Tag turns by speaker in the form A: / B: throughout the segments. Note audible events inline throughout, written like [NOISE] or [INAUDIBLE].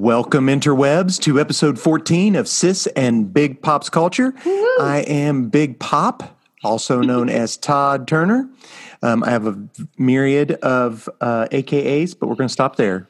A: Welcome, interwebs, to episode 14 of Sis and Big Pop's Culture. I am Big Pop, also known as Todd Turner. Um, I have a myriad of uh, AKAs, but we're going to stop there.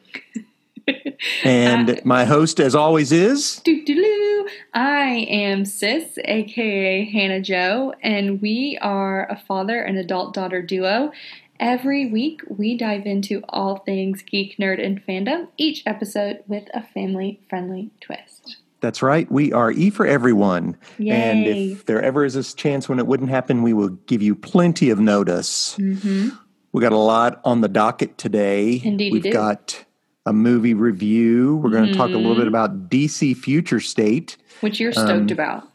A: And my host, as always, is
B: Doo-doo-doo. I am Sis, aka Hannah Joe, and we are a father and adult daughter duo. Every week, we dive into all things geek, nerd, and fandom, each episode with a family friendly twist.
A: that's right, we are E for everyone.
B: Yay!
A: And if there ever is a chance when it wouldn't happen, we will give you plenty of notice.
B: hmm
A: We got a lot on the docket today.
B: Indeed you
A: We've
B: do.
A: got a movie review. We're going to talk a little
B: Mhm.
A: bit about DC Future State.
B: Which you're stoked
A: Um,
B: about.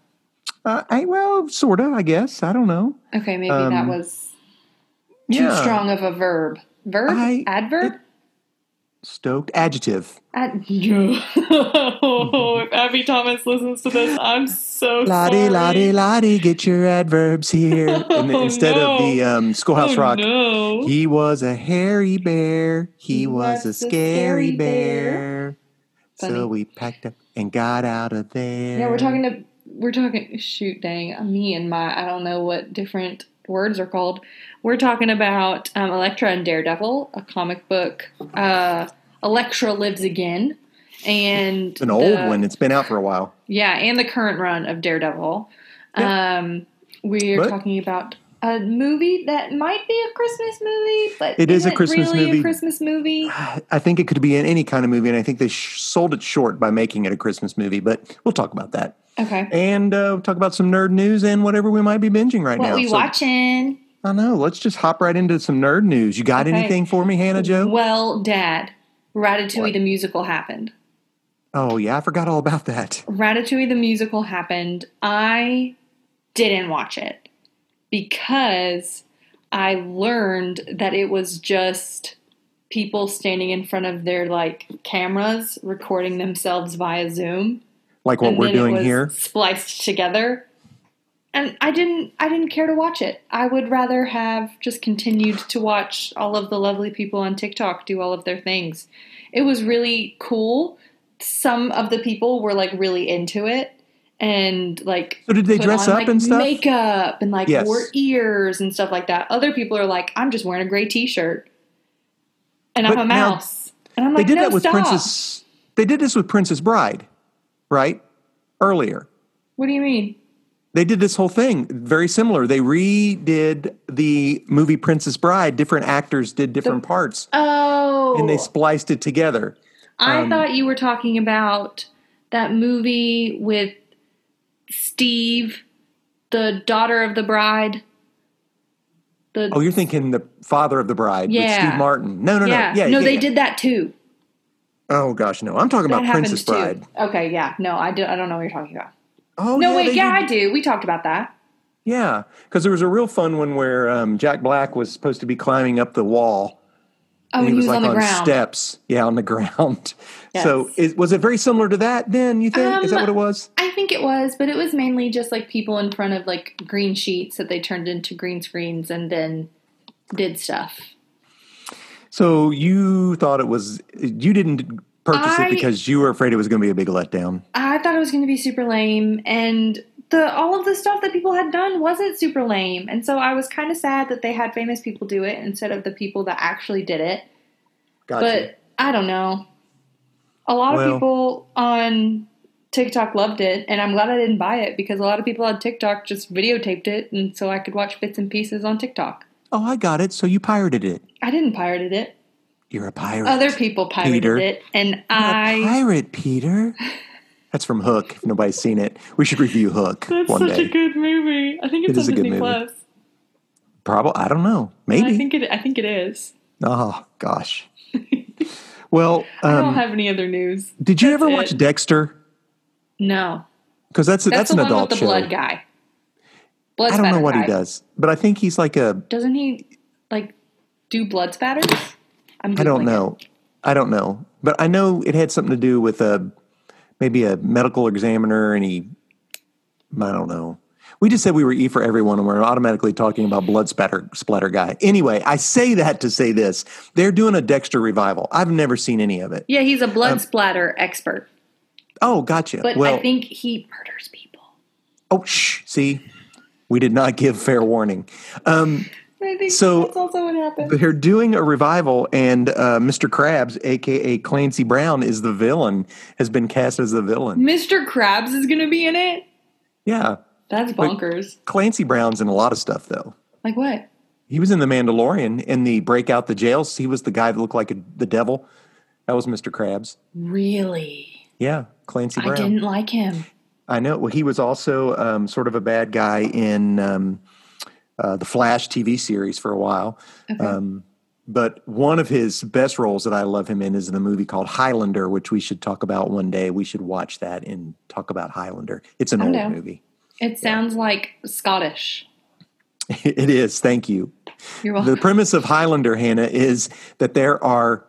A: Uh, I, well, sort of, I guess. I don't know.
B: Okay, maybe
A: um,
B: that was too
A: yeah.
B: strong of a verb. Verb?
A: I-
B: Adverb?
A: it- Stoked. Adjective.
B: Ad- [LAUGHS]
A: Mm-hmm.
B: if Abby Thomas listens to this, I'm so
A: Lottie,
B: sorry.
A: lottie, lottie, get your adverbs
B: [LAUGHS]
A: here. And
B: Oh,
A: instead of the um, Schoolhouse
B: oh,
A: Rock,
B: No.
A: he was a hairy bear. He, was, a scary bear.
B: Funny.
A: So we packed up and got out of there.
B: Yeah, we're talking to we're talking shoot dang, me and my I don't know what different words are called. We're talking about um, Electra and Daredevil, a comic book. Uh, Electra lives again, and
A: It's an old
B: the-
A: one. It's been out for a while.
B: Yeah, and the current run of Daredevil. Um, we're
A: But-
B: talking about a movie that might be a Christmas movie, but
A: It is a
B: isn't
A: Christmas
B: really
A: movie.
B: A Christmas movie.
A: I think it could be in any kind of movie, and I think they sh- sold it short by making it a Christmas movie. But we'll talk about that,
B: Okay.
A: and uh, we'll talk about some nerd news and whatever we might be binging right
B: What
A: now.
B: we
A: So,
B: watching?
A: I know. Let's just hop right into some nerd news. You got
B: Okay. Mm-hmm.
A: anything for me, Hannah Joe?
B: Well, Dad, Ratatouille
A: What?
B: the musical happened.
A: Oh yeah, I forgot all about that.
B: Ratatouille the musical happened. I didn't watch it because I learned that it was just people standing in front of their like cameras recording themselves via Zoom.
A: Like what
B: and
A: we're
B: then it
A: doing
B: was
A: here.
B: spliced together. And I didn't I didn't care to watch it. I would rather have just continued to watch all of the lovely people on TikTok do all of their things. It was really cool. Some of the people were like really into it and like
A: So did they
B: put
A: dress
B: on,
A: up
B: like,
A: and stuff?
B: makeup and like
A: Yes.
B: wore ears and stuff like that. Other people are like, I'm just wearing a gray t shirt. And I'm
A: But
B: a
A: now-
B: mouse. and I'm
A: they
B: like,
A: did
B: no,
A: that with
B: stop.
A: Princess. They did this with Princess Bride, right? Earlier.
B: What do you mean?
A: They did this whole thing very similar. They redid the movie Princess Bride. Different actors did different parts.
B: Oh
A: and they spliced it together.
B: I
A: Um,
B: thought you were talking about that movie with Steve, the daughter of the bride. The
A: Oh, you're thinking the father of the bride with
B: Yeah.
A: Steve Martin. No, no,
B: yeah.
A: no. Yeah,
B: no,
A: yeah,
B: they
A: yeah.
B: did that too.
A: Oh gosh, no. I'm talking
B: That
A: about
B: happens
A: Princess
B: too.
A: Bride.
B: Okay, yeah. No, I do, I don't know what you're talking about.
A: Oh
B: no,
A: yeah,
B: wait.
A: they
B: Yeah,
A: did-
B: I do. We talked about that.
A: yeah. Because there was a real fun one where um, Jack Black was supposed to be climbing up the wall.
B: Oh,
A: and he, was,
B: on
A: like
B: the ground.
A: steps. Yeah, on the ground. [LAUGHS] So
B: Yes.
A: is, was it very similar to that then, you think? is that
B: Um,
A: what it was?
B: I think it was, but it was mainly just like people in front of like green sheets that they turned into green screens and then did stuff.
A: So you thought it was you didn't purchase
B: I-
A: it because you were afraid it was gonna be a big letdown.
B: I thought it was going to be super lame, and the all of the stuff that people had done wasn't super lame, and so I was kind of sad that they had famous people do it instead of the people that actually did it.
A: Gotcha.
B: But I don't know. A lot
A: Well-
B: of people on TikTok loved it, and I'm glad I didn't buy it because a lot of people on TikTok just videotaped it, and so I could watch bits and pieces on TikTok.
A: oh, I got it. So you pirated it.
B: I didn't pirate it.
A: You're a pirate.
B: Other people pirated
A: Peter.
B: it, and
A: You're a
B: I.
A: pirate,
B: [LAUGHS]
A: Peter. That's from Hook. If nobody's seen it, we should review Hook one day.
B: good movie. I think
A: It is a good movie. Probably, I don't know.
B: I
A: Maybe.
B: think it. I think it is.
A: oh
B: [LAUGHS]
A: gosh. well,
B: I don't
A: um,
B: have any other news.
A: did you ever
B: it.
A: watch Dexter?
B: No,
A: Because that's
B: that's,
A: that's,
B: the
A: an
B: one
A: adult
B: with the
A: show.
B: blood guy. Blood
A: I don't know
B: spatter
A: what he
B: guy.
A: does, but I think he's like a.
B: Doesn't he like do blood spatters? I'm
A: I don't
B: Googling
A: know. I don't know, but I know it had something to do with a maybe a medical examiner, and he. I don't know. We just said we were E for everyone, and we're automatically talking about Blood Spatter Splatter Guy. Anyway, I say that to say this: they're doing a Dexter revival. I've never seen any of it.
B: Yeah, he's a blood splatter expert,
A: Oh, gotcha.
B: but
A: Um, well,
B: I think he murders people.
A: oh, shh. See, we did not give fair warning. Um,
B: I think
A: So-
B: that's also what happened.
A: they're doing a revival, and uh, Mr. Krabs, aka Clancy Brown, is the villain. Has been cast as the villain.
B: Mr. Krabs is going to be in it.
A: Yeah,
B: That's bonkers.
A: Clancy Brown's in a lot of stuff though.
B: Like what?
A: He was in The Mandalorian in the Breakout the Jails. He was the guy that looked like a, the devil. That was Mr. Krabs.
B: Really?
A: Yeah, Clancy
B: I
A: Brown.
B: didn't like him.
A: I know. Well, he was also um, sort of a bad guy in um, uh, the Flash TV series for a while.
B: Okay.
A: Um, but one of his best roles that I love him in is in a movie called Highlander, which we should talk about one day. We should watch that and talk about Highlander. It's an
B: I'm
A: old
B: down.
A: movie. [LAUGHS]
B: It sounds like Scottish.
A: it is. Thank you.
B: You're
A: The
B: [LAUGHS] welcome.
A: premise of Highlander, Hannah, is that there are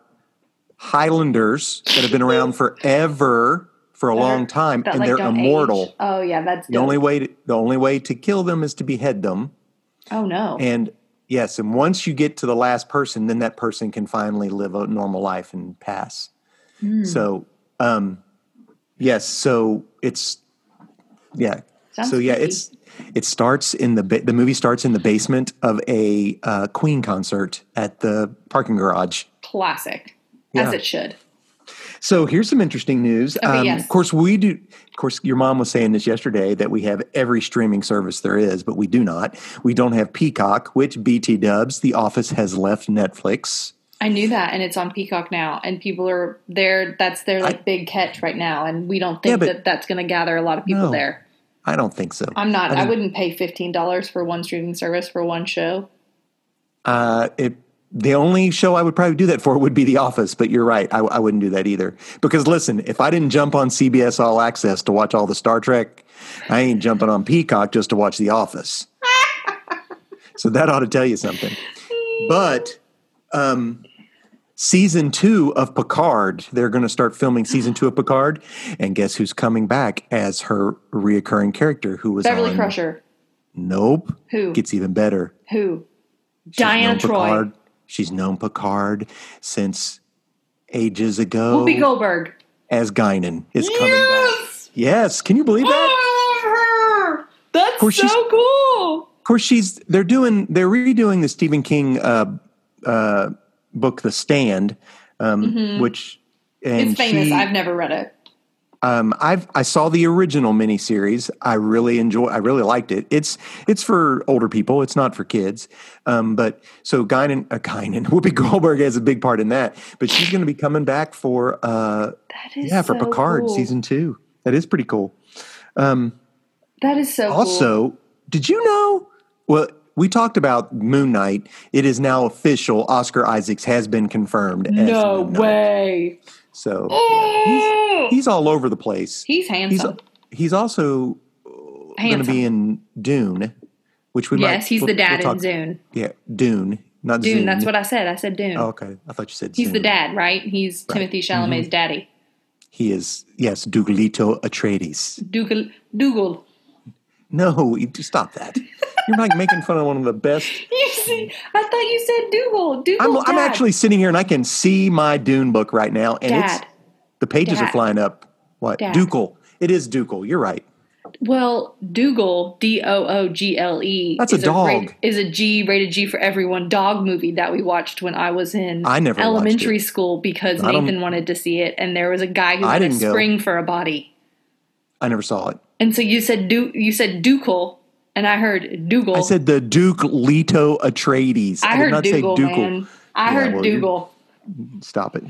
A: Highlanders that
B: [LAUGHS]
A: have been around forever for a
B: That are-
A: long time,
B: That,
A: and
B: like,
A: they're
B: don't age.
A: immortal.
B: Oh yeah, that's
A: The
B: dope.
A: only way to, the only way to kill them is to behead them.
B: Oh no.
A: And yes, and once you get to the last person, then that person can finally live a normal life and pass.
B: Hmm.
A: So, um, yes, so it's yeah,
B: Sounds
A: so yeah,
B: freaky.
A: it's it starts in the ba- the movie starts in the basement of a uh, Queen concert at the parking garage.
B: classic,
A: Yeah.
B: as it should.
A: So here's some interesting news. Um,
B: Okay, yes.
A: Of course, we do. Of course, your mom was saying this yesterday that we have every streaming service there is, but we do not. We don't have Peacock, which BT dubs. The Office has left Netflix.
B: I knew that, and it's on Peacock now, and people are there. That's their like big catch right now, and we don't think
A: Yeah, but-
B: that that's going to gather a lot of people
A: No.
B: there.
A: I don't think so.
B: I'm not.
A: I
B: I,
A: mean-
B: wouldn't pay fifteen dollars for one streaming service for one show.
A: Uh, it, the only show I would probably do that for would be The Office, but you're right. I, I wouldn't do that either. Because listen, if I didn't jump on CBS All Access to watch all the Star Trek, I ain't jumping on Peacock just to watch The Office. so that ought to tell you something. But um, season two of Picard, they're going to start filming season two of Picard. And guess who's coming back as her reoccurring character who was
B: Beverly
A: on-
B: Crusher.
A: Nope.
B: Who?
A: Gets even better.
B: Who?
A: She's known
B: Diana Troy.
A: Picard. She's known Picard since ages ago
B: Whoopi Goldberg.
A: as Guinan is coming back. Yes, can you believe
B: [GASPS]
A: that?
B: I love her. That's
A: course she's-
B: so cool.
A: Of course, she's they're doing they're redoing the Stephen King uh, uh, book, The Stand, um, which and
B: Mm-hmm. It's famous.
A: she-
B: I've never read it.
A: Um, I've I saw the original miniseries. I really enjoy. I really liked it. It's it's for older people. It's not for kids. Um, but so Guinan, uh, Guinan, [LAUGHS] Whoopi Goldberg has a big part in that. But she's going to be coming back for uh,
B: That is
A: yeah for
B: so
A: Picard
B: cool.
A: season two. That is pretty cool.
B: That is so cool.
A: Also, did you know? Well, we talked about Moon Knight. It is now official. Oscar Isaacs has been confirmed. As
B: No
A: Moon Knight.
B: way.
A: So
B: Oh, he's,
A: he's all over the place. He's
B: handsome.
A: he's also going to
B: Handsome.
A: be in Dune, which we might.
B: yes, he's the
A: we'll-
B: dad
A: we'll
B: in
A: talk-
B: Dune.
A: Yeah, Dune, not
B: Dune,
A: Zune.
B: that's what I said. I said Dune.
A: Oh, okay, I thought you said
B: he's the
A: Zune. Mm-hmm.
B: dad, right? He's Timothy Chalamet's daddy.
A: He is yes, Duglito Atreides.
B: Dougal. Dougal. [LAUGHS]
A: No, you- stop that. You're like making fun of one of the best.
B: You see, I thought you said Dougal.
A: I'm,
B: Dougal's
A: I'm
B: dad.
A: actually sitting here and I can see my Dune book right now, and
B: dad.
A: it's the pages are
B: Dad.
A: flying up. What
B: Dad.
A: Ducal? It is Ducal. You're right.
B: Well, Dougal, D O O G L E.
A: That's a
B: is
A: dog.
B: rated- is a G rated G for everyone dog movie that we watched when I was in
A: I never watched
B: elementary school because
A: I don't-
B: Nathan wanted to see it, and there was a guy who
A: I
B: had a
A: didn't go.
B: spring for a body.
A: I never saw it.
B: And so you said du- you said Ducal, and I heard Dougal.
A: I said the Duke Leto Atreides.
B: Oh. I
A: did
B: heard
A: not
B: Dougal,
A: say Ducal.
B: man. I
A: Yeah,
B: heard
A: well, you-
B: Dougal.
A: Stop it.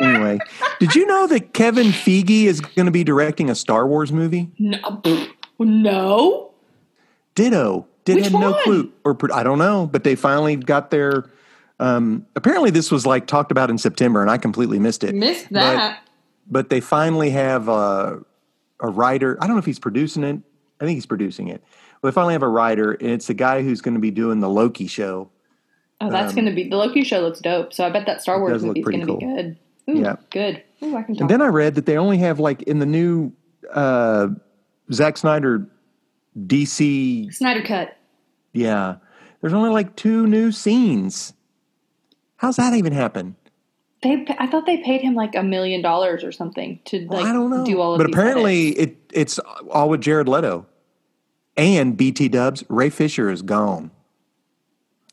A: anyway, did you know that Kevin Feige is going to be directing a Star Wars movie?
B: No, pfft, no.
A: Ditto. Did
B: Which
A: have no
B: one?
A: clue, or pro- I don't know, but they finally got their. Um, apparently, this was like talked about in September, and I completely missed it.
B: missed
A: that. But they finally have a, a writer. I don't know if he's producing it. I think he's producing it. Well, they finally have a writer, and it's the guy who's going to be doing the Loki show.
B: oh, that's
A: um,
B: going to be the Loki show looks dope. So I bet that Star Wars
A: does look
B: movie is
A: pretty
B: going to be
A: cool.
B: good. Ooh,
A: Yeah.
B: good. Ooh, I can talk.
A: And then I read that they only have like in the new uh, Zack Snyder DC.
B: Snyder Cut.
A: Yeah, there's only like two new scenes. How's that even happen?
B: They, pa- I thought they paid him like a million dollars or something to like
A: Well, I don't know.
B: do all of.
A: but
B: these
A: apparently,
B: edits.
A: it it's all with Jared Leto and BT Dubs. Ray Fisher is gone.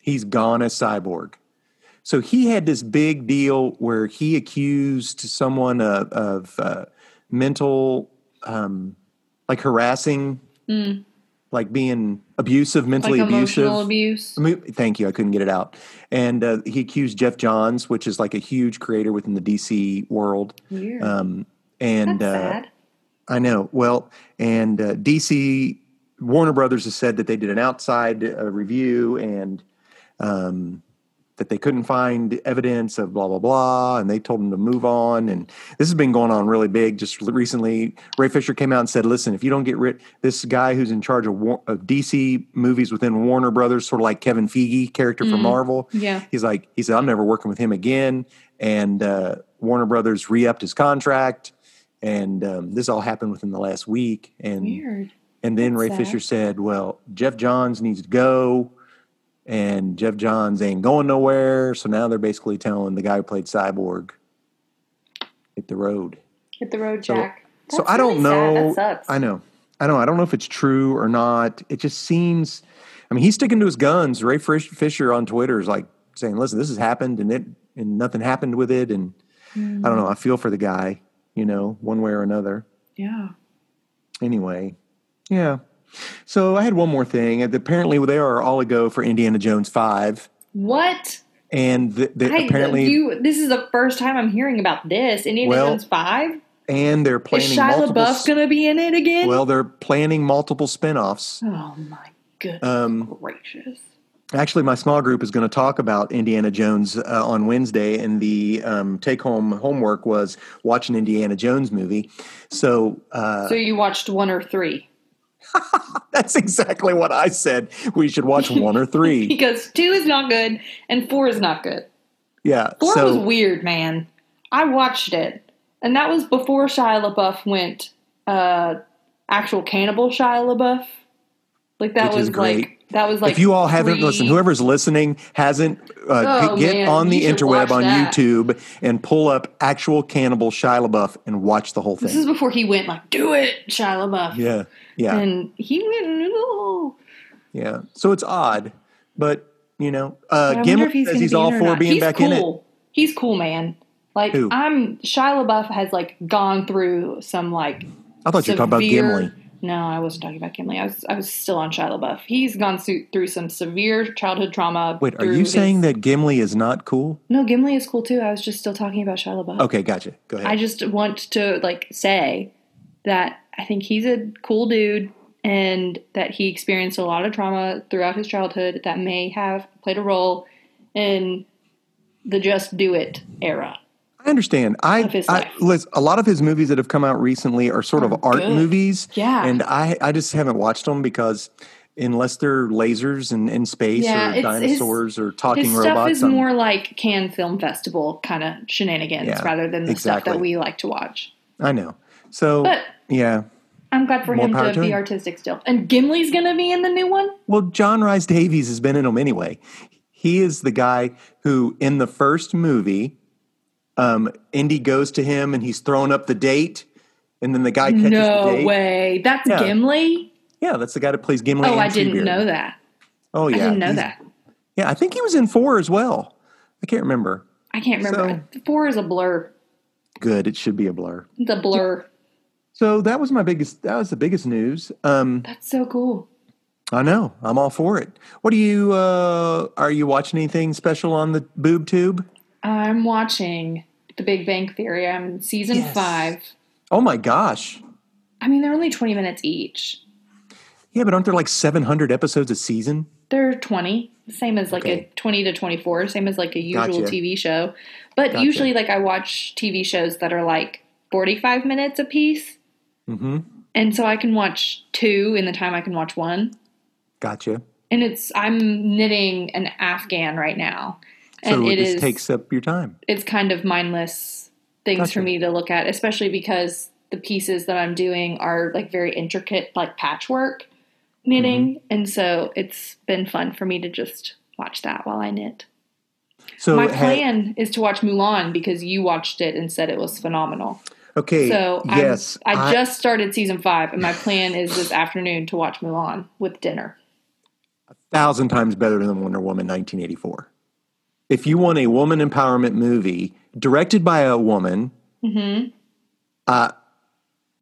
A: He's gone as Cyborg. So he had this big deal where he accused someone of, of uh, mental, um, like harassing, like being abusive, mentally
B: Mm. like
A: abusive.
B: emotional abuse.
A: I mean, Thank you. I couldn't get it out. And uh, he accused Jeff Johns, which is like a huge creator within the DC world.
B: Weird.
A: Um, and
B: That's
A: uh,
B: sad.
A: I know. Well, and uh, DC Warner Brothers has said that they did an outside uh, review and um, that they couldn't find evidence of blah blah blah, and they told them to move on. And this has been going on really big just l- recently. Ray Fisher came out and said, "Listen, if you don't get rid, this guy who's in charge of, War- of DC movies within Warner Brothers, sort of like Kevin Feige, character
B: Mm-hmm.
A: from Marvel,
B: Yeah.
A: he's like he said i'm never working with him again and uh, warner brothers re-upped his contract and um, this all happened within the last week and
B: Weird.
A: and then
B: That's
A: ray
B: sad.
A: fisher said well jeff johns needs to go and jeff johns ain't going nowhere so now they're basically telling the guy who played cyborg hit the road
B: Hit the road,
A: So-
B: Jack.
A: so
B: That's
A: I don't
B: really sad.
A: know.
B: That sucks.
A: I know. I know. I don't know if it's true or not. It just seems. I mean, he's sticking to his guns. Ray Frisch- Fisher on Twitter is like saying, "Listen, this has happened, and it and nothing happened with it." And I don't know. I feel for the guy, you know, one way or another.
B: Yeah.
A: Anyway, yeah. So I had one more thing. Apparently, they are all a go for Indiana Jones Five,
B: What?
A: and th- they,
B: I,
A: apparently,
B: you. This is the first time I'm hearing about this. Indiana
A: Well,
B: Jones Five.
A: and they're
B: Is
A: planning
B: Shia
A: multiple.
B: LaBeouf gonna be in it again?
A: well, they're planning multiple spinoffs.
B: oh my goodness
A: Um,
B: gracious!
A: Actually, my small group is going to talk about Indiana Jones uh, on Wednesday, and the um, take-home homework was watch an Indiana Jones movie. So uh,
B: so you watched one or three
A: [LAUGHS] that's exactly what I said. We should watch one or
B: [LAUGHS]
A: three.
B: because two is not good and four is not good.
A: Yeah.
B: Four
A: so
B: was weird, man. I watched it, and that was before Shia LaBeouf went uh, actual cannibal Shia LaBeouf. Like that
A: Which is
B: was like
A: great.
B: that was like
A: if you all haven't
B: three-
A: listened, whoever's listening hasn't, uh,
B: Oh,
A: get
B: man,
A: on the
B: you should
A: interweb
B: watch
A: on
B: that.
A: YouTube and pull up actual cannibal Shia LaBeouf and watch the whole
B: This is
A: thing.
B: before he went like, "Do it, Shia LaBeouf,"
A: Yeah. Yeah.
B: and he went. "No."
A: yeah. So it's odd, but you know, uh,
B: But I wonder
A: Gimlet
B: if he's
A: says
B: gonna
A: he's
B: be in
A: all
B: it or
A: for
B: not.
A: being
B: He's
A: back
B: cool.
A: in it.
B: He's cool, man. Like
A: Who?
B: I'm Shia LaBeouf has like gone through some like
A: I thought you were talking about
B: severe-
A: Gimli.
B: No, I wasn't talking about Gimli. I was I was still on Shia LaBeouf. He's gone su- through some severe childhood trauma.
A: Wait, are
B: through
A: you
B: his-
A: saying that Gimli is not cool?
B: No, Gimli is cool too. I was just still talking about Shia LaBeouf.
A: Okay, gotcha. Go ahead.
B: I just want to like say that I think he's a cool dude and that he experienced a lot of trauma throughout his childhood that may have played a role in the just do it era.
A: I understand. I,
B: Of his
A: I
B: life.
A: Liz, a lot of his movies that have come out recently are sort of
B: Are
A: art
B: good.
A: movies.
B: Yeah.
A: And I, I just haven't watched them because unless they're lasers and in space
B: Yeah,
A: or
B: it's- his-
A: dinosaurs or talking
B: his stuff
A: robots,
B: is
A: I'm-
B: more like Cannes Film Festival kind of shenanigans
A: Yeah,
B: rather than the
A: exactly.
B: stuff that we like to watch.
A: I know. So
B: But
A: yeah.
B: I'm glad for
A: More
B: him
A: power
B: to,
A: to
B: be
A: him.
B: artistic still. And Gimli's going to be in the new one?
A: Well, John Rhys Davies has been in them anyway. He is the guy who, in the first movie, um, Indy goes to him and he's throwing up the date, and then the guy catches the
B: No
A: date.
B: way. That's
A: Yeah.
B: Gimli?
A: Yeah, that's the guy that plays Gimli.
B: Oh,
A: and
B: I didn't
A: Treebeard.
B: know that.
A: Oh, yeah,
B: I didn't know
A: He's-
B: that.
A: Yeah, I think he was in four as well. I can't remember.
B: I can't remember. Four is a blur.
A: Good, it should be a blur.
B: It's a blur.
A: So that was my biggest. That was the biggest news. Um,
B: That's so cool.
A: I know. I'm all for it. What do you? Uh, are you watching anything special on the boob tube?
B: I'm watching The Big Bang Theory. I'm in season
A: Yes.
B: five.
A: Oh my gosh.
B: I mean, they're only 20 minutes each.
A: Yeah, but aren't there like 700 episodes a season?
B: They're 20, same as like
A: Okay.
B: a 20 to 24, same as like a usual
A: Gotcha.
B: TV show. But
A: Gotcha.
B: usually, like, I watch TV shows that are like 45 minutes a piece.
A: Mm-hmm.
B: And so I can watch two in the time I can watch one.
A: Gotcha.
B: And it's, I'm knitting an Afghan right now. And
A: So
B: it
A: it just
B: is,
A: takes up your time.
B: it's kind of mindless things
A: Gotcha.
B: for me to look at, especially because the pieces that I'm doing are like very intricate, like patchwork. knitting,
A: Mm-hmm.
B: and so it's been fun for me to just watch that while I knit.
A: So
B: My
A: ha-
B: plan is to watch Mulan because you watched it and said it was phenomenal.
A: okay.
B: So I'm-
A: yes, I-
B: I, just started season five, and my plan
A: [LAUGHS]
B: is this afternoon to watch Mulan with dinner.
A: thousand times better than Wonder Woman 1984. If you want a woman empowerment movie directed by a woman, Mm-hmm. uh,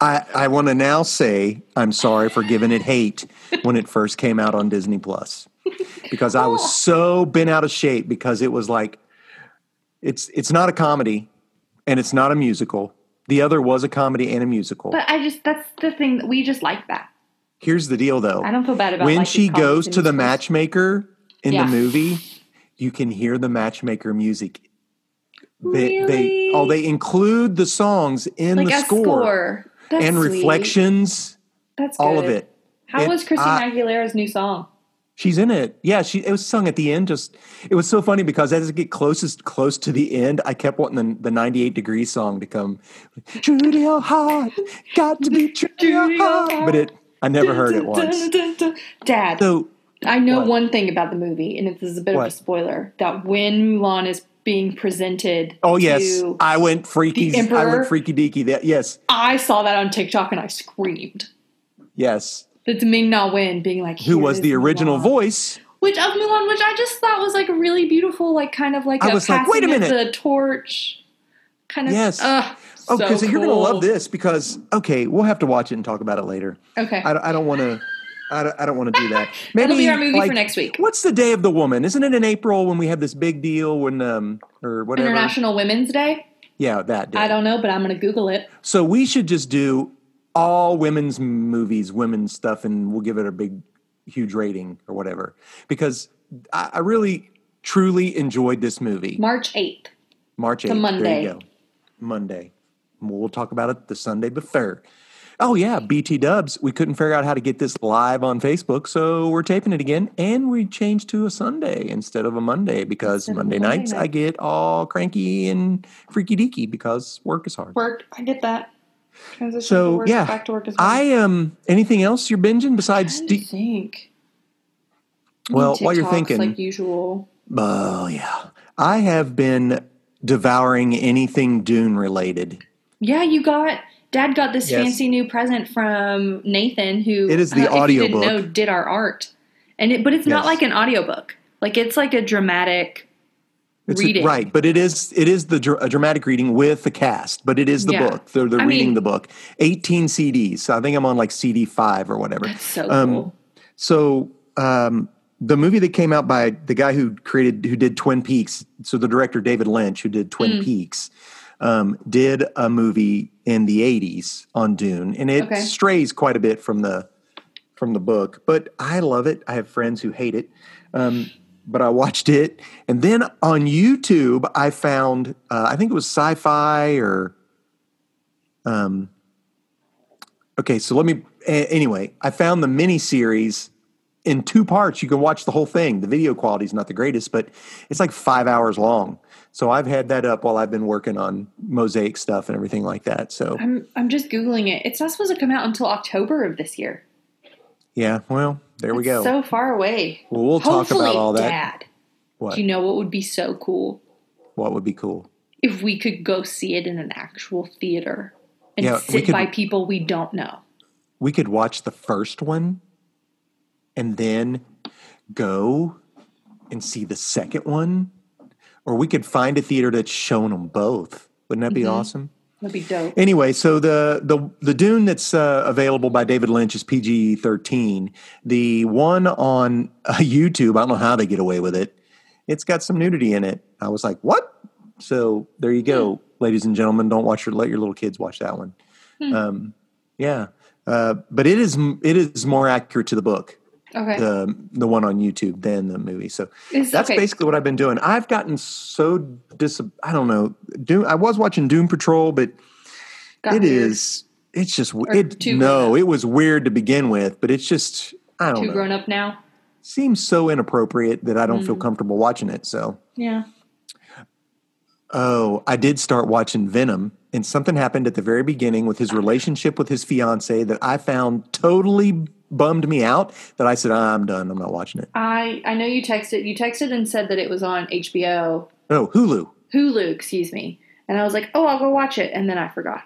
A: I I want to now say I'm sorry for giving it hate when it first came out on Disney Plus because I was so bent out of shape because it was like it's it's not a comedy and it's not a musical. The other was a comedy and a musical.
B: But I just that's the thing that we just like that.
A: Here's the deal, though.
B: I don't feel bad about
A: when
B: liking
A: she
B: comedies
A: goes
B: and
A: to the
B: musicals.
A: matchmaker in
B: Yeah.
A: the movie, you can hear the matchmaker music. They, they
B: Really?
A: oh they include the songs in
B: like
A: the
B: a score,
A: score,
B: That's
A: and
B: sweet.
A: reflections,
B: That's
A: all of
B: good.
A: it.
B: How
A: It-
B: was Christina
A: I-
B: Aguilera's new song?
A: She's in it. Yeah, she it was sung at the end. Just it was so funny because as it get closest close to the end, I kept wanting the, the 98 degree song to come. True to your heart, got to be true to your heart. But it I never heard it once.
B: Dad,
A: So
B: I know
A: What?
B: one thing about the movie, and this is a bit of a
A: What?
B: spoiler. That when Mulan is being presented,
A: oh yes,
B: to-
A: I went freaky. I
B: Emperor?
A: went freaky deaky. That yes,
B: I saw that on TikTok and I screamed.
A: yes.
B: That's Ming Na Wen being like,
A: who
B: "Here
A: was
B: is
A: the original
B: Mulan."
A: voice.
B: which of Mulan, which I just thought was like a really beautiful, like kind of like
A: I
B: a
A: was like,
B: passing
A: wait a
B: of
A: minute.
B: the torch, kind of.
A: Yes.
B: Ugh,
A: Oh,
B: so
A: because you're going to
B: cool.
A: love this because, okay, we'll have to watch it and talk about it later.
B: Okay,
A: I, don't- I don't want to. I don't, I don't want to do that. Maybe
B: [LAUGHS] that'll be our movie
A: like,
B: for next week.
A: What's the day of the woman? Isn't it in April when we have this big deal when um or whatever?
B: International Women's Day.
A: Yeah, that day.
B: I don't know, but I'm gonna Google it.
A: So we should just do all women's movies, women's stuff, and we'll give it a big, huge rating or whatever. Because I, I really, truly enjoyed this movie.
B: March eighth.
A: March 8th.
B: a Monday.
A: There you go. Monday. We'll talk about it the Sunday before. Oh, yeah. BT dubs. We couldn't figure out how to get this live on Facebook, so we're taping it again. And we changed to a Sunday instead of a Monday because
B: Instead of a
A: Monday,
B: Monday
A: nights
B: night.
A: I get all cranky and freaky deaky because work is hard.
B: Work. I get that. Transition
A: So,
B: to work,
A: yeah.
B: back to work as well.
A: I am. Um, anything else you're binging besides.
B: Trying to
A: D-
B: think.
A: well, while you're
B: TikToks
A: thinking.
B: like usual.
A: oh, yeah. I have been devouring anything Dune related.
B: Yeah, you got Dad got this
A: Yes.
B: fancy new present from Nathan, who [LAUGHS]
A: It is the
B: uh, if you didn't
A: audiobook.
B: know, did our art, and it, but it's not
A: Yes.
B: like an audiobook. Like it's like a dramatic
A: It's a-
B: reading,
A: right? But it is it is the dr- a dramatic reading with the cast, but it is the
B: Yeah.
A: book. They're, they're
B: I
A: reading
B: mean-
A: the book. Eighteen CDs. So I think I'm on like CD five or whatever.
B: That's so
A: Um,
B: cool.
A: So um, the movie that came out by the guy who created who did Twin Peaks, so the director David Lynch, who did
B: Mm.
A: Twin Peaks, um, did a movie in the '80s on Dune, and it
B: Okay.
A: strays quite a bit from the from the book, but I love it. I have friends who hate it. Um, but I watched it. And then on YouTube, I found, uh, I think it was sci fi or. Um, okay, so let me. A- anyway, I found the miniseries in two parts. You can watch the whole thing. The video quality is not the greatest, but it's like five hours long. So I've had that up while I've been working on mosaic stuff and everything like that. So
B: I'm I'm just googling it. It's not supposed to come out until October of this year.
A: yeah, well, there we
B: It's
A: go.
B: So far away.
A: well, we'll talk
B: Hopefully,
A: about all that.
B: Dad.
A: What?
B: Do you know what would be so cool
A: what would be cool?
B: if we could go see it in an actual theater and
A: Yeah, we
B: sit
A: could-
B: by people we don't know?
A: we could watch the first one and then go and see the second one or we could find a theater that's shown them both wouldn't that be awesome
B: That'd be dope.
A: anyway so the the the dune that's uh, available by david lynch is pg-13 the one on uh, youtube i don't know how they get away with it it's got some nudity in it i was like what so there you go
B: Hmm.
A: ladies and gentlemen don't watch your let your little kids watch that one um, yeah uh, but it is it is more accurate to the book
B: Okay.
A: the the one on youtube than the movie so
B: Is-
A: that's
B: okay.
A: basically what I've been doing. I've gotten so dis I don't know. Doom I was watching Doom Patrol, but
B: Got
A: it
B: weird.
A: is it's just it
B: too
A: no,
B: grown
A: it was weird to begin with, but it's just I don't
B: too
A: know.
B: grown Mm. up now.
A: Seems so inappropriate that I don't feel comfortable watching it. So
B: Yeah.
A: oh, I did start watching Venom and something happened at the very beginning with his relationship with his fiance that I found totally bummed me out that I said, I'm done. I'm not watching it.
B: I I know you texted you texted and said that it was on HBO
A: No, Oh, Hulu.
B: Hulu, excuse me, and I was like, oh, I'll go watch it, and then I forgot.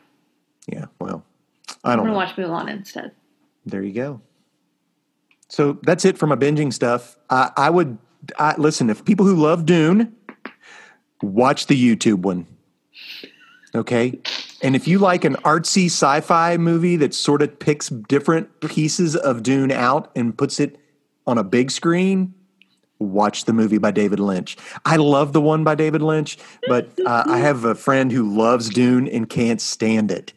A: Yeah, well, I
B: I'm
A: don't
B: gonna
A: know.
B: watch Mulan instead.
A: There you go. So that's it for my binging stuff. I, I would I, listen if people who love Dune, watch the YouTube one. Okay, and if you like an artsy sci-fi movie that sort of picks different pieces of Dune out and puts it on a big screen, watch the movie by David Lynch. I love the one by David Lynch, but uh, I have a friend who loves Dune and can't stand it.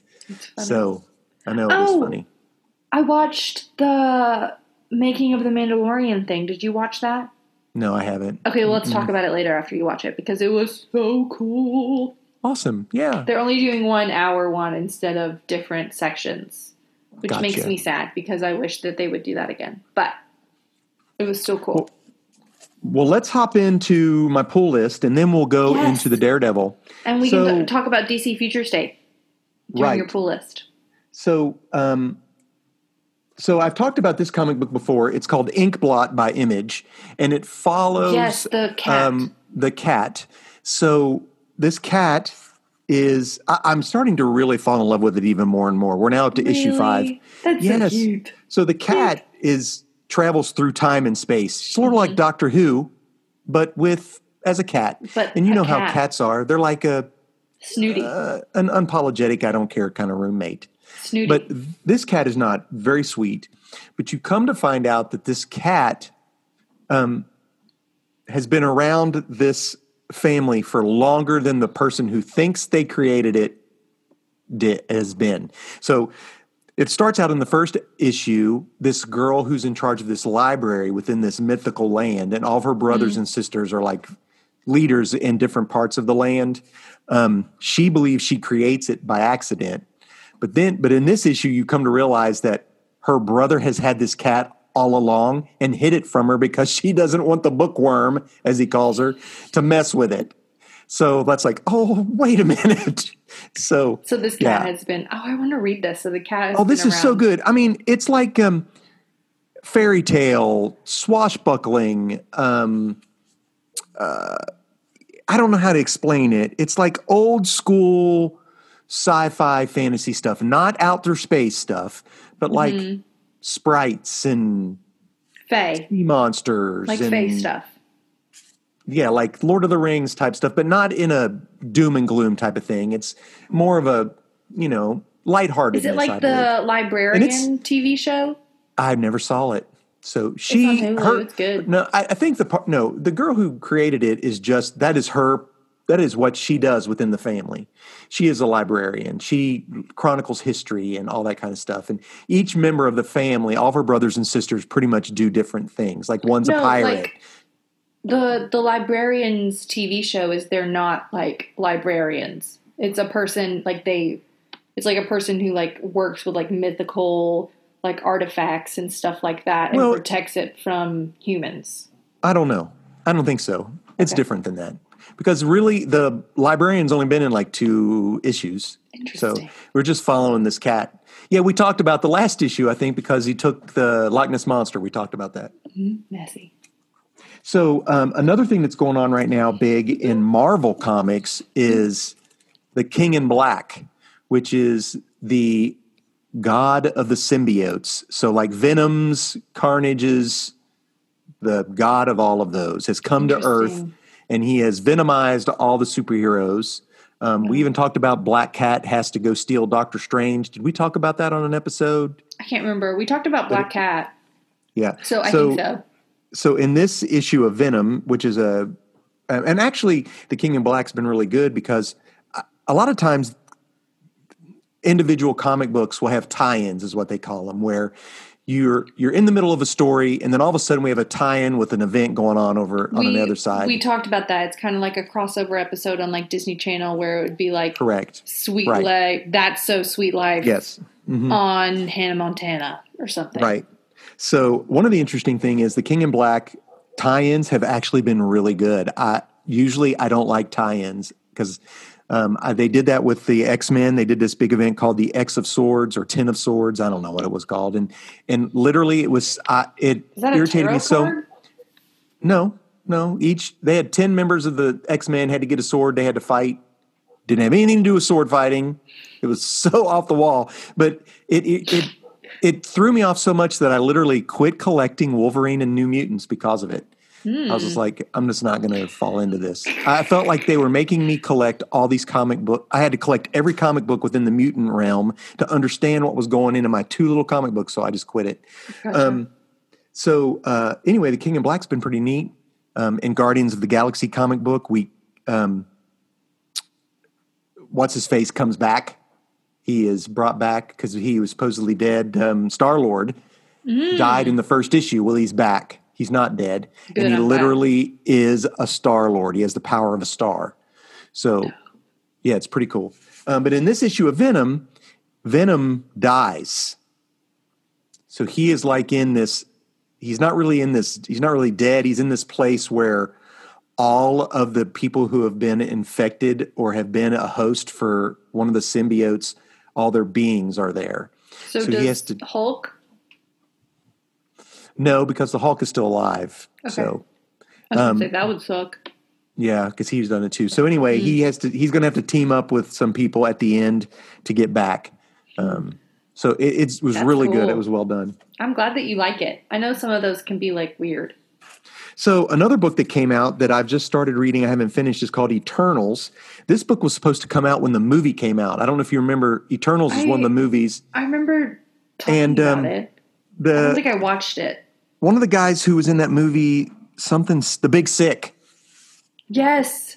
B: funny.
A: So I know
B: Oh.
A: it's funny.
B: I watched the making of the Mandalorian thing. Did you watch that?
A: No, I haven't.
B: Okay, well, let's talk about it later after you watch it because it was so cool.
A: Awesome. Yeah.
B: They're only doing one hour one instead of different sections, which makes
A: Gotcha.
B: me sad because I wish that they would do that again. But it was still cool.
A: Well, let's hop into my pull list and then we'll go
B: Yes.
A: into the Daredevil.
B: and we
A: so-
B: can go- talk about DC Futures Day during your
A: Right.
B: pool list.
A: So, um, so I've talked about this comic book before. It's called Inkblot by Image, and it follows um,
B: Yes, the cat.
A: the cat. So this cat is. I, I'm starting to really fall in love with it even more and more. We're now up to issue five.
B: Really? That's
A: Yes.
B: so cute.
A: So the cat is travels through time and space, sort of like
B: Mm-hmm.
A: Doctor Who, but with as a cat.
B: But
A: and you
B: a
A: know how
B: cat.
A: cats are; they're like a
B: Snooty.
A: uh, an unapologetic, I don't care kind of roommate.
B: Snooty.
A: But this cat is not very sweet. But you come to find out that this cat um, has been around this family for longer than the person who thinks they created it di- has been. So it starts out in the first issue this girl who's in charge of this library within this mythical land, and all of her brothers and sisters are like leaders in different parts of the land. Um, she believes she creates it by accident. But then, but in this issue, you come to realize that her brother has had this cat all along and hid it from her because [LAUGHS] she doesn't want the bookworm, as he calls her, to mess with it. So that's like, oh, wait a minute. [LAUGHS] So,
B: so this cat
A: yeah.
B: has been. Oh, I want to read this. So the cat. Has
A: oh, this
B: been
A: is so
B: around.
A: good. I mean, it's like um, fairy tale, swashbuckling. Um, uh, I don't know how to explain it. It's like old school sci-fi fantasy stuff, not outer space stuff, but like
B: Mm-hmm.
A: sprites and
B: Faye,
A: sea monsters,
B: like
A: and
B: Faye stuff.
A: yeah, like Lord of the Rings type stuff, but not in a doom and gloom type of thing. It's more of a you know lightheartedness.
B: Is it like
A: I believe.
B: the librarian
A: it's-
B: TV show?
A: I never saw it. So she,
B: on Hulu.
A: her,
B: It's good.
A: No, I, I think the part. No, the girl who created it is just that is her. That is what she does within the family. She is a librarian. She chronicles history and all that kind of stuff. And each member of the family, all of her brothers and sisters, pretty much do different things. Like one's a
B: No,
A: pirate.
B: like- The the librarians TV show is they're not like librarians. It's a person like they it's like a person who like works with like mythical like artifacts and stuff like that and
A: Well-
B: protects it from humans.
A: I don't know. I don't think so. It's different than that because really the librarian's only been in like two issues. So
B: Interesting.
A: we're just following this cat. Yeah, we talked about the last issue, I think, because he took the Loch Ness monster. We talked about that.
B: Messy.
A: So um, another thing that's going on right now, big in Marvel comics, is the King in Black, which is the god of the symbiotes. So like Venom's, Carnage's, the god of all of those has come to Earth,
B: Interesting.
A: and he has venomized all the superheroes. Um, we even talked about Black Cat has to go steal Doctor Strange. Did we talk about that on an episode?
B: I can't remember. We talked about Black Cat.
A: Yeah.
B: So I think so.
A: so in this issue of Venom, which is a, and actually the King in Black's been really good because a- a lot of times individual comic books will have tie-ins, is what they call them, where you're you're in the middle of a story and then all of a sudden we have a tie-in with an event going on over on the other side.
B: We talked about that. It's kind of like a crossover episode on like Disney Channel where it would be like
A: Correct.
B: Sweet
A: Right. Mm-hmm.
B: Life, That's So Sweet Life
A: Yes.
B: on Hannah Montana or something.
A: Right. So one of the interesting thing is the King in Black tie-ins have actually been really good. I usually I don't like tie-ins because Um, I, they did that with the X Men. They did this big event called the X of Swords or Ten of Swords. I don't know what it was called, and and literally it was I it
B: Is that a
A: irritated
B: tarot
A: me so.
B: card?
A: No, no. Each they had ten members of the X Men had to get a sword. They had to fight. Didn't have anything to do with sword fighting. It was [LAUGHS] so off the wall, but it it. it it threw me off so much that I literally quit collecting Wolverine and New Mutants because of it. I was just like, I'm just not going to fall into this. I felt like they were making me collect all these comic book. I had to collect every comic book within the mutant realm to understand what was going into my two little comic books. So I just quit it.
B: Gotcha.
A: Um, so uh, anyway, the King in Black's been pretty neat. Um, in Guardians of the Galaxy comic book, we um, what's his face comes back. He is brought back because he was supposedly dead. Um, Star Lord died in the first issue. Well, he's back. He's not dead,
B: Good,
A: and he
B: I'm glad.
A: literally is a Star Lord. He has the power of a star. So, yeah, it's pretty cool. Um, but in this issue of Venom, Venom dies. So he is like in this. He's not really in this. He's not really dead. He's in this place where all of the people who have been infected or have been a host for one of the symbiotes, all their beings are there.
B: so,
A: so he
B: does
A: has to-
B: Hulk?
A: No, because the Hulk is still alive.
B: Okay.
A: So
B: I was gonna
A: Um,
B: say that would suck.
A: Yeah, because he's done it too. So anyway, he has to. He's going to have to team up with some people at the end to get back. Um, so it it's, was
B: That's
A: really good. It
B: cool.
A: was well done.
B: I'm glad that you like it. I know some of those can be like weird.
A: So another book that came out that I've just started reading, I haven't finished, is called Eternals. This book was supposed to come out when the movie came out. I don't know if you remember. Eternals is one of
B: I-
A: the movies.
B: I remember talking
A: And,
B: about
A: um, uh,
B: it. I
A: The
B: don't think I watched it.
A: one of the guys who was in that movie, something, S- the Big Sick.
B: Yes.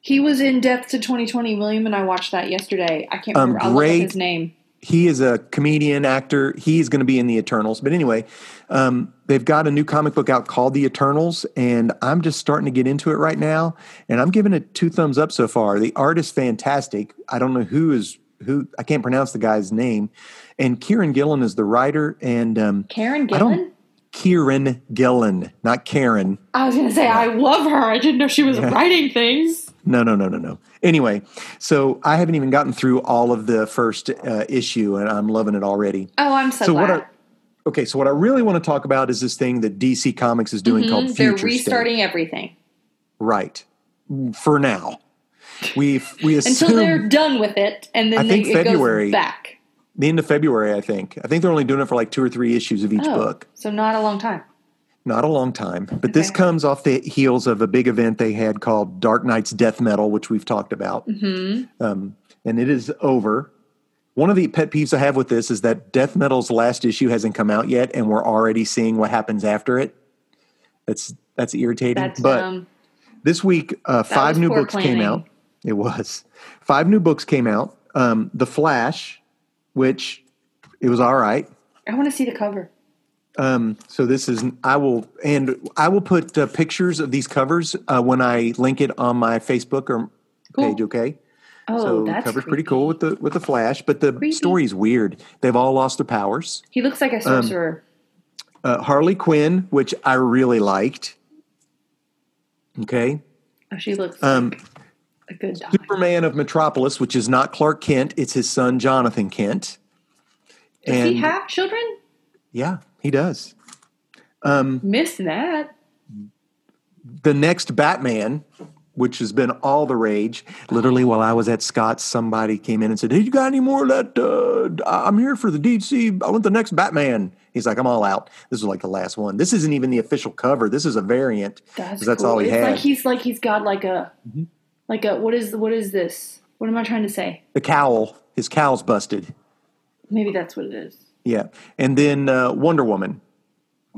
B: He was in Death to 2020, William, and I watched that yesterday. I can't
A: Um,
B: remember. I'll look up
A: great.
B: his name.
A: he is a comedian actor he's going to be in the eternals but anyway um, they've got a new comic book out called the eternals and i'm just starting to get into it right now and i'm giving it two thumbs up so far the art is fantastic i don't know who is who i can't pronounce the guy's name and kieran gillen is the writer and um,
B: Karen
A: I don't-
B: Gillan?
A: kieran gillen not karen
B: I, was going to say, I love her. I didn't know she was writing things.
A: No, no, no, no, no. Anyway, so I haven't even gotten through all of the first uh, issue, and I'm loving it already.
B: Oh, I'm so,
A: So
B: glad.
A: what I okay, so what I really want to talk about is this thing that DC Comics is doing called
B: Mhm, They're
A: Future State.
B: restarting everything
A: Right. For now. We we
B: until
A: assume
B: they're done with it, and then
A: I
B: they,
A: think
B: it
A: February-
B: goes back.
A: the end of February, I think. I think they're only doing it for like two or three issues of each
B: Oh,
A: book.
B: so not a long time.
A: Not a long time. But this
B: Okay.
A: comes off the heels of a big event they had called Dark Knight's Death Metal, which we've talked about.
B: hmm
A: um, and it is over. One of the pet peeves I have with this is that Death Metal's last issue hasn't come out yet, and we're already seeing what happens after it. That's that's irritating.
B: That's
A: but
B: um,
A: this week, uh, five
B: was
A: new
B: poor
A: books came
B: planning.
A: out. It was five new books came out. Um, the Flash, which it was all right.
B: I want to see the cover.
A: Um, so this is I will and I will put uh, pictures of these covers uh, when I link it on my Facebook or
B: Cool.
A: page. Okay.
B: Oh,
A: so
B: that's
A: cover's
B: creepy.
A: pretty cool with the with the Flash, but the
B: Creepy.
A: story's weird. They've all lost their powers.
B: He looks
A: Um,
B: like a sorcerer.
A: Uh, Harley Quinn, which I really liked. Okay,
B: oh, she looks
A: um,
B: a good dog.
A: Superman of Metropolis, which is not Clark Kent; it's his son Jonathan Kent.
B: Does
A: and
B: he have children?
A: yeah, he does.
B: Missed that.
A: the next Batman, which has been all the rage. Literally, while I was at Scott's, somebody came in and said, "Hey, you got any more of that? Uh, I- I'm here for the DC. I want the next Batman." He's like, "I'm all out. This is like the last one. This isn't even the official cover. This is a variant."
B: That's,
A: 'Cause that's
B: cool.
A: all he Mm-hmm.
B: it's
A: had.
B: like he's like he's got like a like a what is what is this? What am I trying to say?
A: The cowl, his cowl's busted.
B: Maybe that's what it is.
A: Yeah, and then uh, Wonder Woman,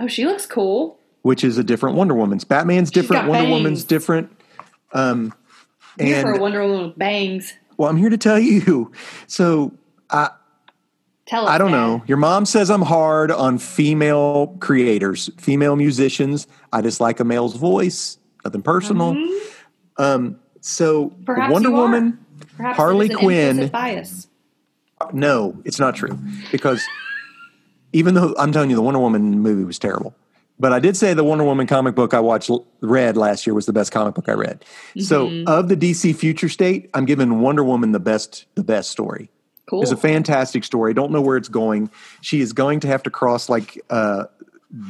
B: Oh, she looks cool.
A: which is a different Wonder Woman's. Batman's different.
B: got
A: Wonder
B: bangs.
A: Woman's different. Um,
B: Here for a
A: and
B: Wonder Woman with bangs.
A: well, I'm here to tell you. So
B: Tell us.
A: I don't
B: Dad.
A: know. Your mom says I'm hard on female creators, female musicians. I dislike a male's voice. Nothing personal. Um, so
B: Mm-hmm. Perhaps
A: Wonder
B: you are.
A: Woman.
B: Perhaps
A: Harley
B: it is an
A: Quinn-
B: implicit bias.
A: No, it's not true because even though I'm telling you the Wonder Woman movie was terrible, But I did say the Wonder Woman comic book I watched read last year was the best comic book I read. So
B: Mm-hmm.
A: of the DC Future State, I'm giving Wonder Woman the best the best story.
B: Cool.
A: It's a fantastic story. Don't know where it's going. She is going to have to cross like uh,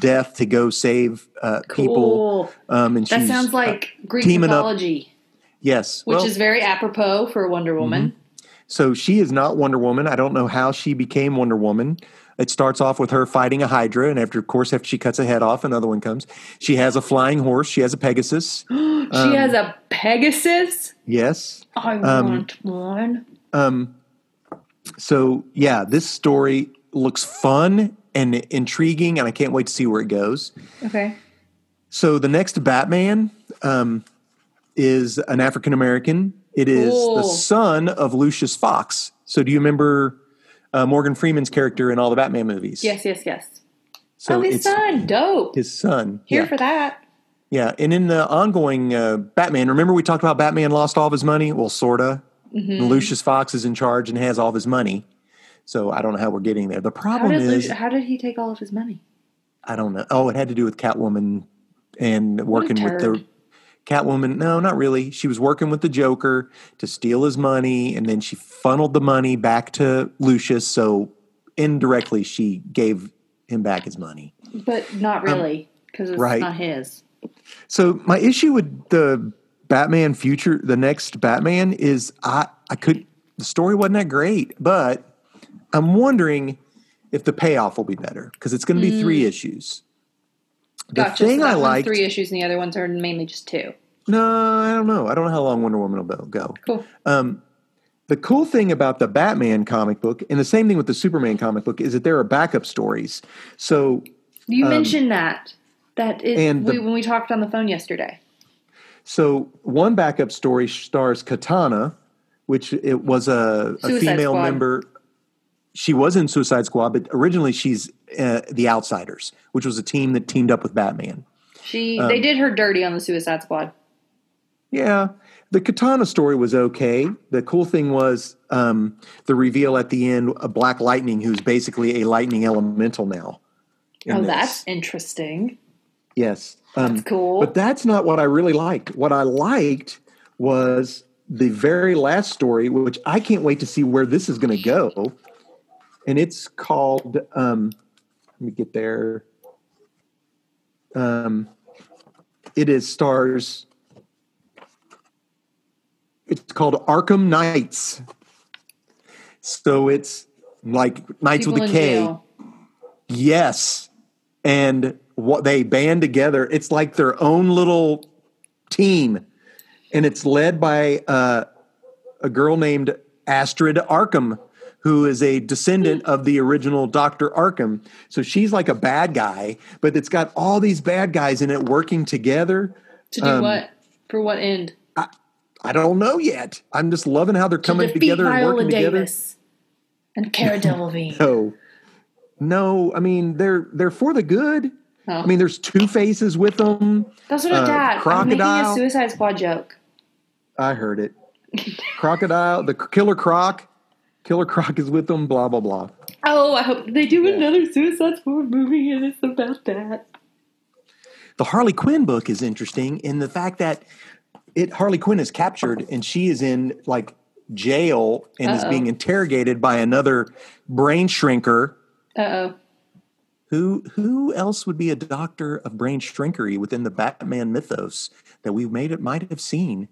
A: death to go save uh, people.
B: Cool.
A: Um, and
B: That
A: she's,
B: sounds
A: uh,
B: like Greek
A: teaming up-
B: mythology,
A: yes,
B: which
A: Well, Mm-hmm.
B: is very apropos for Wonder Woman.
A: So she is not Wonder Woman. I don't know how she became Wonder Woman. It starts off with her fighting a Hydra, and after, of course, after she cuts a head off, another one comes. She has a flying horse. She has a
B: [GASPS]
A: Pegasus. Um,
B: she has a Pegasus.
A: Yes.
B: I
A: um,
B: want one.
A: Um, so yeah, this story looks fun and intriguing, and I can't wait to see where it goes.
B: Okay.
A: So the next Batman um, is an African American. It is
B: Cool.
A: the son of Lucius Fox. So do you remember uh, Morgan Freeman's character in all the Batman movies?
B: Yes, yes, yes.
A: So
B: oh, his
A: it's
B: son. Dope.
A: his son.
B: Here
A: yeah.
B: for that.
A: yeah. And in the ongoing uh, Batman, remember we talked about Batman lost all of his money? Well, sorta.
B: Mm-hmm.
A: And Lucius Fox is in charge and has all of his money. So I don't know how we're getting there. The
B: How
A: problem
B: did,
A: is,
B: Lu- how did he take all of his money?
A: I don't know. Oh, it had to do with Catwoman and working with the
B: turd.
A: Catwoman. No, not really. She was working with the Joker to steal his money, and then she funneled the money back to Lucius. So indirectly, she gave him back his money.
B: But not really, because it's
A: Um, right.
B: not his.
A: So my issue with the Batman future, the next Batman, is I I could the story wasn't that great, but I'm wondering if the payoff will be better because it's going to be three issues. The
B: Mm. Gotcha. So
A: thing
B: that
A: I
B: one's
A: liked,
B: three issues, and the other ones are mainly just two.
A: no, I don't know. I don't know how long Wonder Woman will go.
B: Cool.
A: The cool thing about the Batman comic book, and the same thing with the Superman comic book, is that there are backup stories. So
B: You mentioned that. That is
A: Um, and the-
B: we, when we talked on the phone yesterday.
A: So one backup story stars Katana, which it was a, a
B: Suicide
A: female
B: Squad.
A: member. She was in Suicide Squad, but originally she's uh, the Outsiders, which was a team that teamed up with Batman.
B: She
A: Um,
B: they did her dirty on the Suicide Squad.
A: Yeah, the Katana story was okay. The cool thing was um, the reveal at the end of Black Lightning, who's basically a lightning elemental now. in
B: Oh,
A: this.
B: that's interesting.
A: yes. Um,
B: That's cool.
A: But that's not what I really liked. What I liked was the very last story, which I can't wait to see where this is going to go. And it's called, um, let me get there. Um, it is stars, it's called Arkham Knights. So it's like Knights
B: People
A: with a
B: in
A: K.
B: jail.
A: Yes. And what they band together, it's like their own little team. And it's led by uh, a girl named Astrid Arkham, who is a descendant of the original Dr. Arkham. So she's like a bad guy, but it's got all these bad guys in it working together.
B: To
A: um,
B: do what? For what end?
A: I don't know yet. I'm just loving how they're coming
B: to defeat
A: together and
B: Viola
A: working together.
B: Davis
A: [LAUGHS]
B: and Cara Delevingne.
A: No. No, I mean they're they're for the good.
B: Oh.
A: I mean there's two faces with them.
B: That's what I
A: uh,
B: dad. I'm making a
A: Crocodile.
B: Suicide Squad joke.
A: I heard it. Crocodile, the killer croc. Killer croc is with them, blah, blah, blah.
B: Oh, I hope they do another Suicide Squad movie, and it's about that.
A: The Harley Quinn book is interesting in the fact that it Harley Quinn is captured and she is in like jail and is
B: Uh-oh.
A: being interrogated by another brain shrinker.
B: Uh oh.
A: Who who else would be a doctor of brain shrinkery within the Batman mythos that we made it might have seen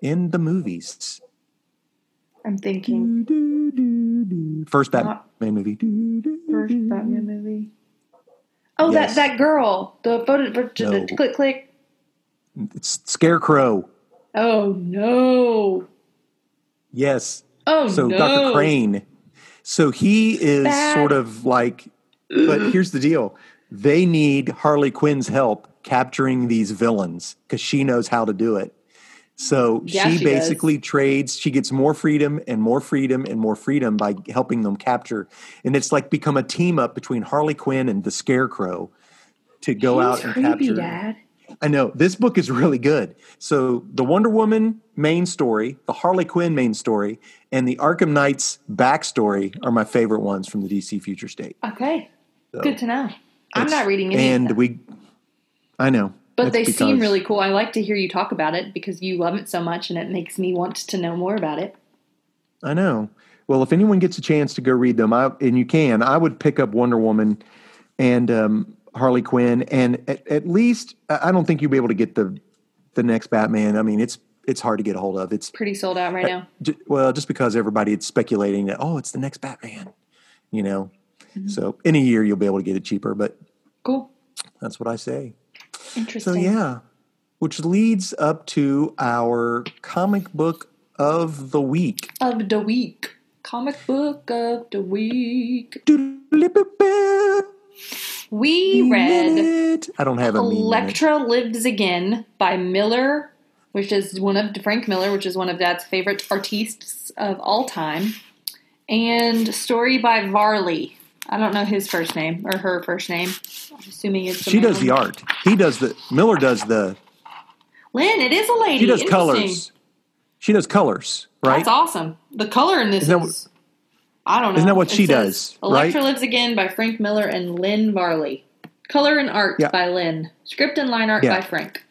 A: in the movies?
B: I'm thinking
A: First Batman
B: Not-
A: movie.
B: first Batman movie. Oh,
A: Yes.
B: that that girl, the photo, the
A: No.
B: click click.
A: It's Scarecrow.
B: Oh no!
A: Yes.
B: Oh
A: So
B: no!
A: Dr. Crane. So he is
B: Bad.
A: sort of like, but here's the deal they need Harley Quinn's help capturing these villains because she knows how to do it. So
B: Yeah,
A: she,
B: she does.
A: basically trades, she gets more freedom and more freedom and more freedom by helping them capture. And it's like become a team up between Harley Quinn and the Scarecrow to go
B: He's
A: out and
B: creepy,
A: capture.
B: Dad.
A: I know this book is really good. So the Wonder Woman main story, the Harley Quinn main story, and the Arkham Knights backstory are my favorite ones from the DC Future State.
B: Okay,
A: So
B: good to know. I'm
A: it's-
B: not reading any. of
A: And
B: that.
A: we I know.
B: But
A: It's
B: they seem
A: because-
B: really cool. I like to hear you talk about it because you love it so much and it makes me want to know more about it.
A: I know. Well, if anyone gets a chance to go read them, I, and you can, I would pick up Wonder Woman and um, Harley Quinn, and at, at least I I don't think you'll be able to get the the next Batman. I mean, it's it's hard to get a hold of. It's
B: Pretty sold out
A: Uh,
B: right now.
A: ju- well, just because everybody is speculating that oh, it's the next Batman, you know. So in a year you'll be able to get it cheaper, but
B: Cool.
A: that's what I say. So
B: Interesting.
A: yeah, which leads up to our comic book of the week.
B: Of the week. Comic book of the week.
A: Doodle-lip-a-bip.
B: We read
A: Minute. I uh, don't have a mean minute.
B: Electra Lives Again by Miller, which is one of Frank Miller, which is one of Dad's favorite artists of all time, and story by Varley. I don't know his first name or her first name. I'm assuming it's
A: She does the
B: man.
A: art. He does the Miller does the
B: Lynn, it is a lady.
A: he does
B: Interesting.
A: colors. She does colors, right?
B: That's awesome. The color in this
A: Isn't that
B: is. I don't know.
A: isn't that what
B: It
A: she
B: says,
A: does,
B: Electra
A: right?
B: Lives Again by Frank Miller and Lynn Varley. Color and art
A: Yeah.
B: by Lynn. Script and line art
A: Yeah.
B: by Frank.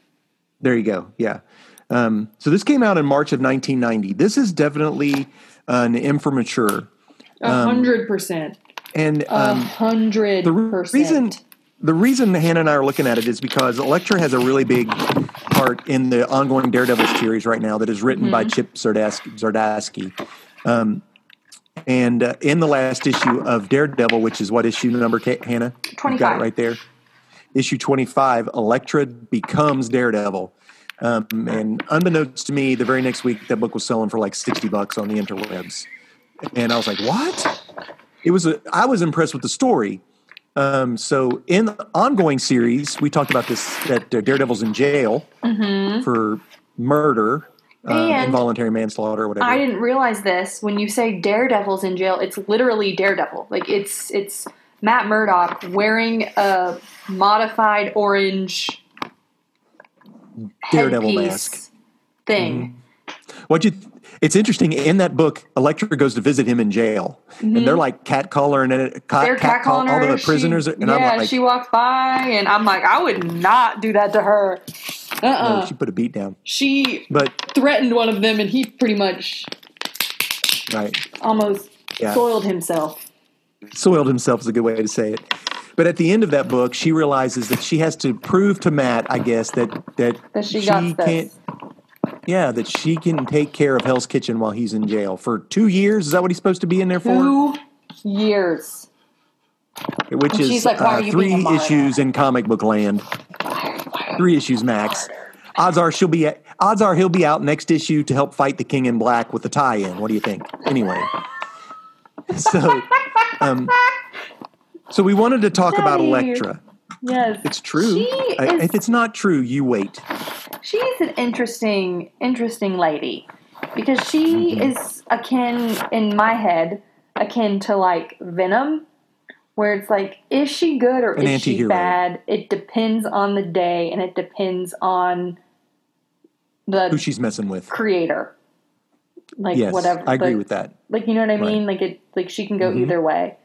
A: There you go. Yeah. Um, so this came out in March of 1990. This is definitely an M for mature.
B: A hundred percent.
A: And
B: A
A: um,
B: hundred
A: the re-
B: percent.
A: reason the reason Hannah and I are looking at it is because Electra has a really big part in the ongoing Daredevil series right now that is written by Chip Zardasky. Zardasky. Um, and uh, in the last issue of Daredevil, which is what issue number, Ca- Hannah? You got
B: 25.
A: it right there. Issue 25, Electra becomes Daredevil. Um, and unbeknownst to me, the very next week, that book was selling for like 60 bucks on the interwebs. And I was like, what? It was a, I was impressed with the story. Um, so in the ongoing series, we talked about this that uh, Daredevil's in jail
B: Mm-hmm.
A: for murder, uh,
B: Hmm? And-
A: involuntary manslaughter, or whatever.
B: I didn't realize this. When you say Daredevil's in jail, it's literally Daredevil. Like it's it's Matt Murdock wearing a modified orange
A: Daredevil
B: headpiece
A: mask. Mm-hmm.
B: thing.
A: What you? It's interesting. In that book, Elektra goes to visit him in jail, and they're like catcalling and cat,
B: Mm-hmm. They're catcalling
A: catcall- all
B: her.
A: the prisoners,
B: She,
A: and
B: yeah,
A: I'm like,
B: she walks by, and I'm like, I would not do that to her. Uh uh
A: "Oh, she put a beat down.
B: She
A: But
B: threatened one of them, and he pretty much
A: right,
B: almost
A: Yeah.
B: soiled himself.
A: soiled himself is a good way to say it. But at the end of that book, she realizes that she has to prove to Matt, I guess, that that,
B: That she, got this.
A: can't. Yeah, that she can take care of Hell's Kitchen while he's in jail for two years. Is that what he's supposed to be in there for?
B: two years.
A: Which
B: And
A: is
B: she's like, "Why are
A: uh,
B: you
A: three
B: being a martyr?"
A: issues in comic book land. Three issues max. Odds are she'll be. Odds are he'll be out next issue to help fight the King in Black with the tie-in. What do you think? Anyway, so [LAUGHS] um, so we wanted to talk about
B: Daddy.
A: Elektra.
B: Yes,
A: It's true.
B: She
A: I-
B: is-
A: if it's not true, you wait.
B: she is an interesting, interesting lady because she
A: Mm-hmm.
B: is akin in my head akin to like Venom, where it's like, is she good or
A: An
B: is she
A: antihero.
B: bad? It depends on the day and it depends on the
A: Who she's messing with?
B: creator. Like
A: Yes,
B: whatever.
A: I agree
B: like,
A: with that. Mm-hmm.
B: Like you know what I mean? Like it like she can go either way.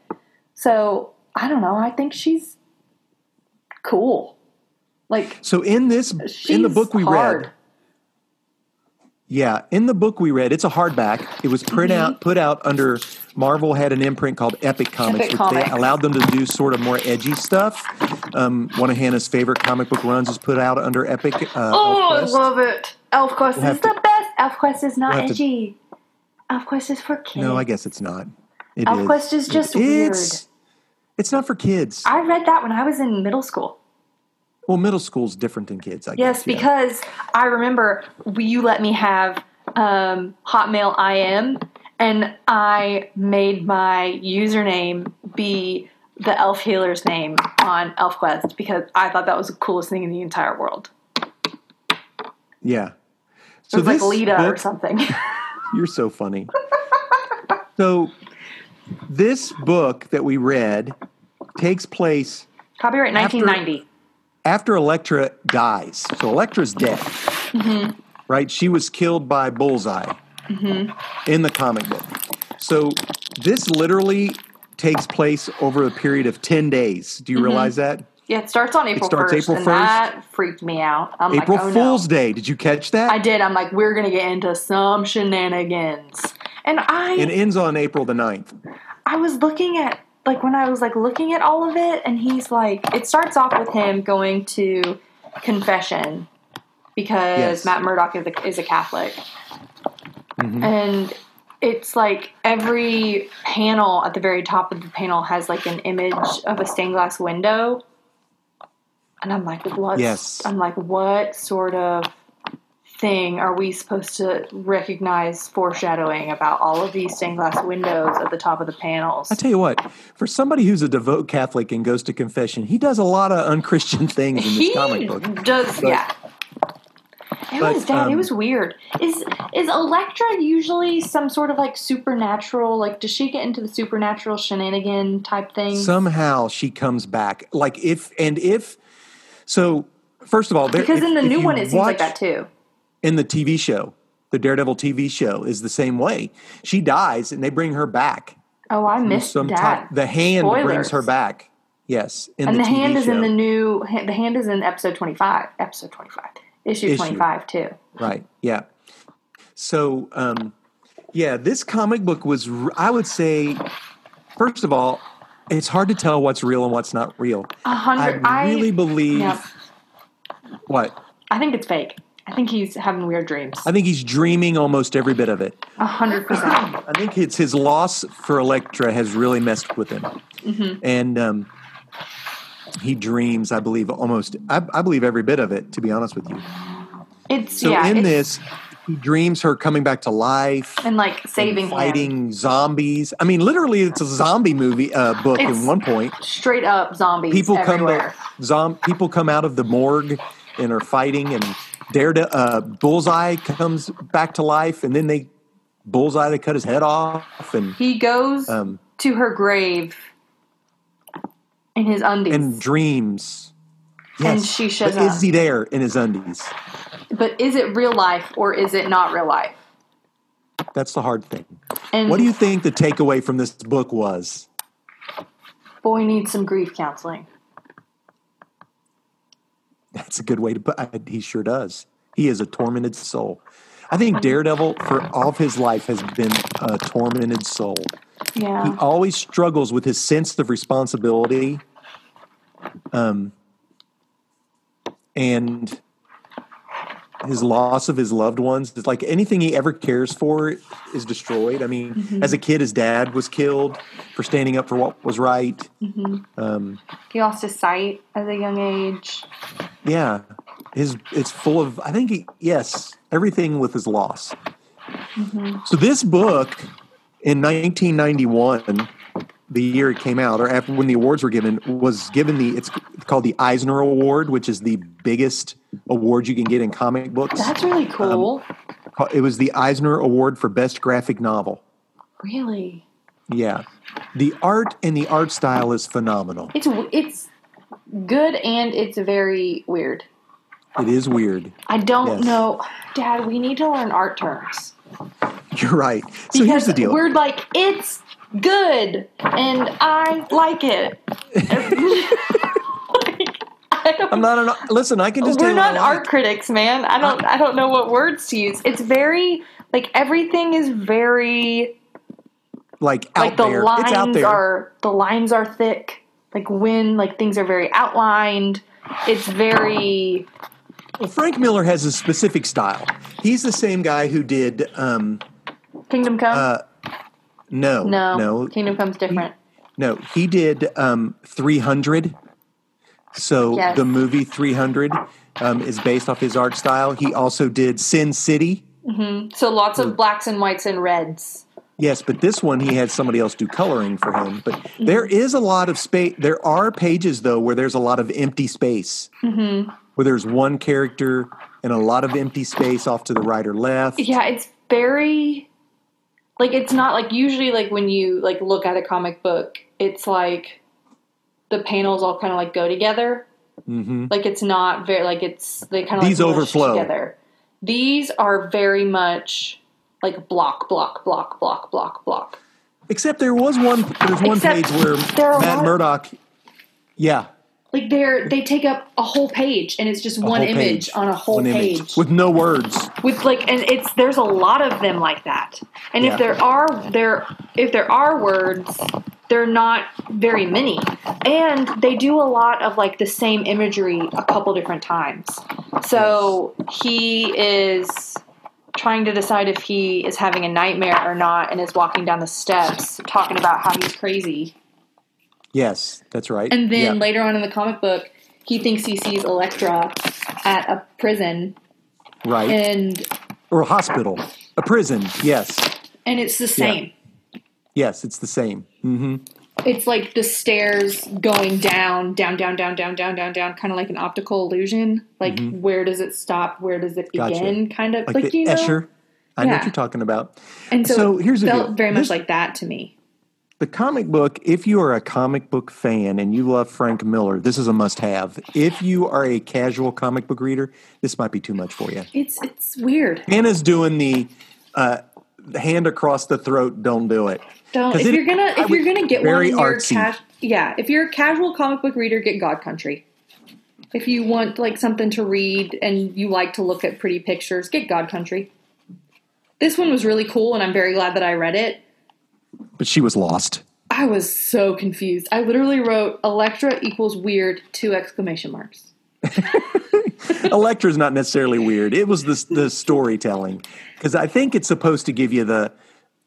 B: So I don't know. I think she's cool. Like
A: So in this
B: she's
A: in the book we
B: hard.
A: read, Yeah, in the book we read, it's a hardback. It was print out, put out under Marvel had an imprint called Epic Comics,
B: Mm-hmm. Epic
A: which
B: Comics.
A: they allowed them to do sort of more edgy stuff. Um, one of Hannah's favorite comic book runs is put out under Epic. Uh,
B: Oh, I
A: Elfquest.
B: love it. ElfQuest
A: have
B: is the best. ElfQuest is not
A: we'll have to-
B: edgy. ElfQuest is for kids.
A: no, I guess it's not. It is.
B: ElfQuest is just
A: It's it's not for kids.
B: weird. I read that when I was in middle school.
A: well, middle school's different than kids. I
B: Yes,
A: guess, yeah.
B: because I remember you let me have um, Hotmail IM, and I made my username be the Elf Healer's name on ElfQuest because I thought that was the coolest thing in the entire world.
A: yeah.
B: It
A: So
B: was like
A: this
B: Lita or
A: book-
B: something. [LAUGHS]
A: You're so funny. so this book that we read takes place
B: Copyright 1990.
A: after Elektra dies, so Elektra's dead,
B: Mm-hmm.
A: right? She was killed by Bullseye
B: Mm-hmm.
A: in the comic book. So
B: Mm-hmm.
A: this literally takes place over a period of 10 days. Do you realize that?
B: Yeah, it starts on April
A: starts
B: 1st,
A: April
B: and
A: 1st.
B: that freaked me out. I'm
A: April
B: like, oh, no.
A: Fool's Day. Did you catch that?
B: I did. I'm like, we're gonna get into some shenanigans. And I
A: It ends on April the 9th.
B: I was looking at like when I was like looking at all of it, and he's like, it starts off with him going to confession because
A: Yes.
B: Matt Murdock is a, is a Catholic,
A: Mhm.
B: and it's like every panel at the very top of the panel has like an image of a stained glass window, and I'm like, what?
A: Yes.
B: I'm like, what sort of thing are we supposed to recognize foreshadowing about all of these stained glass windows at the top of the panels?
A: I tell you what, for somebody who's a devout Catholic and goes to confession, he does a lot of unchristian things in this
B: he
A: comic book.
B: does,
A: But-
B: yeah. It
A: but,
B: was bad. it
A: um,
B: was weird. Is is Elektra usually some sort of like supernatural? Like, does she get into the supernatural shenanigan type thing?
A: Somehow she comes back. Like if and if so, first of all, there,
B: because
A: if-
B: in the
A: if
B: new
A: you
B: one, it seems
A: watch
B: like that too.
A: In the TV show, the Daredevil TV show is the same way. She dies and they bring her back.
B: Oh, I missed
A: Some
B: that.
A: type- the hand brings
B: Spoilers.
A: her back. Yes, in
B: and the,
A: the, TV
B: hand is
A: show.
B: in the new. ha- The hand is in episode twenty five. Episode twenty five. Issue,
A: Issue.
B: twenty five too.
A: Right. Yeah. So, um, yeah, this comic book was, r- I would say, first of all, it's hard to tell what's real and what's not real.
B: A
A: I
B: hundred. I
A: really believe
B: yeah.
A: what?
B: I think it's fake. I think he's having weird dreams.
A: I think he's dreaming almost every bit of it.
B: A hundred percent.
A: I think it's his loss for Elektra has really messed with him.
B: Mm-hmm.
A: And um, he dreams, I believe, almost, I, I believe every bit of it, to be honest with you.
B: It's
A: So,
B: yeah.
A: in
B: it's,
A: this, he dreams her coming back to life.
B: and like saving
A: and
B: him.
A: fighting zombies. I mean, literally, it's a zombie movie uh, book.
B: It's
A: in one point,
B: straight up zombies
A: people come
B: everywhere.
A: to, zom- people come out of the morgue and are fighting, and dare to uh, Bullseye comes back to life, and then they Bullseye they cut his head off, and
B: he goes
A: um,
B: to her grave in his undies,
A: and dreams.
B: And
A: Yes,
B: she shows
A: but
B: up.
A: is he there in his undies?
B: but is it real life or is it not real life?
A: That's the hard thing.
B: And
A: What do you think the takeaway from this book was?
B: boy needs some grief counseling.
A: That's a good way to put. I, he sure does. He is a tormented soul. I
B: Um,
A: think Daredevil, for all of his life, has been a tormented soul. He
B: Yeah,
A: always struggles with his sense of responsibility, um, and his loss of his loved ones. It's like anything he ever cares for is destroyed. I mean, as a kid, his dad was killed for standing up for what was right. Um,
B: he lost his sight at a young age.
A: Yeah, his it's full of. I think he, yes, everything with his loss.
B: Mm-hmm.
A: So this book in 1991, the year it came out, or after when the awards were given, was given the it's called the Eisner Award, which is the biggest award you can get in comic books.
B: That's really
A: Um,
B: cool.
A: It was the Eisner Award for Best Graphic Novel.
B: really,
A: Yeah, the art and the art style is phenomenal.
B: it's w- it's good and it's very weird.
A: It is weird. [LAUGHS]
B: I don't
A: Yes.
B: know, Dad. We need to learn art terms.
A: You're right. So here's the deal.
B: We're like, it's good, and I
A: [LAUGHS]
B: like it. Like, I don't-
A: I'm not an listen. I can just
B: we're
A: tell you what I
B: not
A: like.
B: art critics, man. I don't. I don't know what words to use. It's very like everything is very
A: like out
B: like the
A: there.
B: lines
A: it's out there.
B: are the lines are thick. Like when like things are very outlined. It's very
A: Well, Frank Miller has a specific style. He's the same guy who did um,
B: Kingdom Come.
A: Uh, no,
B: no,
A: no,
B: Kingdom Come's different.
A: no. He did um, 300. So
B: Yes.
A: the movie 300 um, is based off his art style. He also did Sin City.
B: So lots of blacks and whites and reds.
A: Yes, but this one he had somebody else do coloring for him. But there
B: Mm-hmm.
A: is a lot of space. There are pages though where there's a lot of empty space, mm-hmm. where there's one character and a lot of empty space off to the right or left.
B: yeah it's very like it's not like usually like when you like look at a comic book it's like the panels all kind of like go together
A: Mm-hmm.
B: like it's not very like it's they kind of
A: These
B: like mush
A: overflow.
B: together these are very much like block block block block block block
A: Except there was one. There's one
B: Except
A: page where
B: there are a
A: Matt
B: lot-
A: Murdock. Yeah,
C: Like they're they take up a whole page and it's just one
A: whole
C: image
A: page.
C: on a whole
A: One
C: page.
A: image. with no words.
C: with like and it's there's a lot of them like that and
A: Yeah.
C: if there are there if there are words they're not very many and they do a lot of like the same imagery a couple different times so he is trying to decide if he is having a nightmare or not and is walking down the steps talking about how he's crazy
A: Yes, that's right.
B: And then
A: Yeah.
B: later on in the comic book,
C: he thinks he sees electra
B: at a prison,
A: right
B: and
A: or a hospital, a prison. Yes,
B: and it's the same.
A: yes, it's the same. hmm
B: It's like the stairs going down, down, down, down, down, down, down, down, kind of like an optical illusion. Like where does it stop? Where does it
A: Mm-hmm. Gotcha.
B: begin? Kind of
A: Like,
B: like,
A: the
B: you know.
A: Escher. I know what
B: Yeah.
A: you're talking about.
B: And so,
A: So
B: it
A: here's the
B: felt
A: deal.
B: very much
A: This-
B: like that to me.
A: The comic book, if you are a comic book fan and you love Frank Miller, this is a must have. If you are a casual comic book reader, this might be too much for you.
B: It's it's weird.
A: Hannah's doing the uh, hand across the throat, don't do it.
B: Don't
A: 'Cause
B: if
A: it-
B: you're gonna
A: I
B: if you're
A: would-
B: gonna get one
A: very
B: in your
A: artsy.
B: cash yeah, if you're a casual comic book reader, get God Country. If you want like something to read and you like to look at pretty pictures, get God Country. This one was really cool and I'm very glad that I read it.
A: But she was lost.
B: I was so confused. I literally wrote Electra equals weird two exclamation marks.
A: Electra's not necessarily weird. It was the, the storytelling. Because I think it's supposed to give you the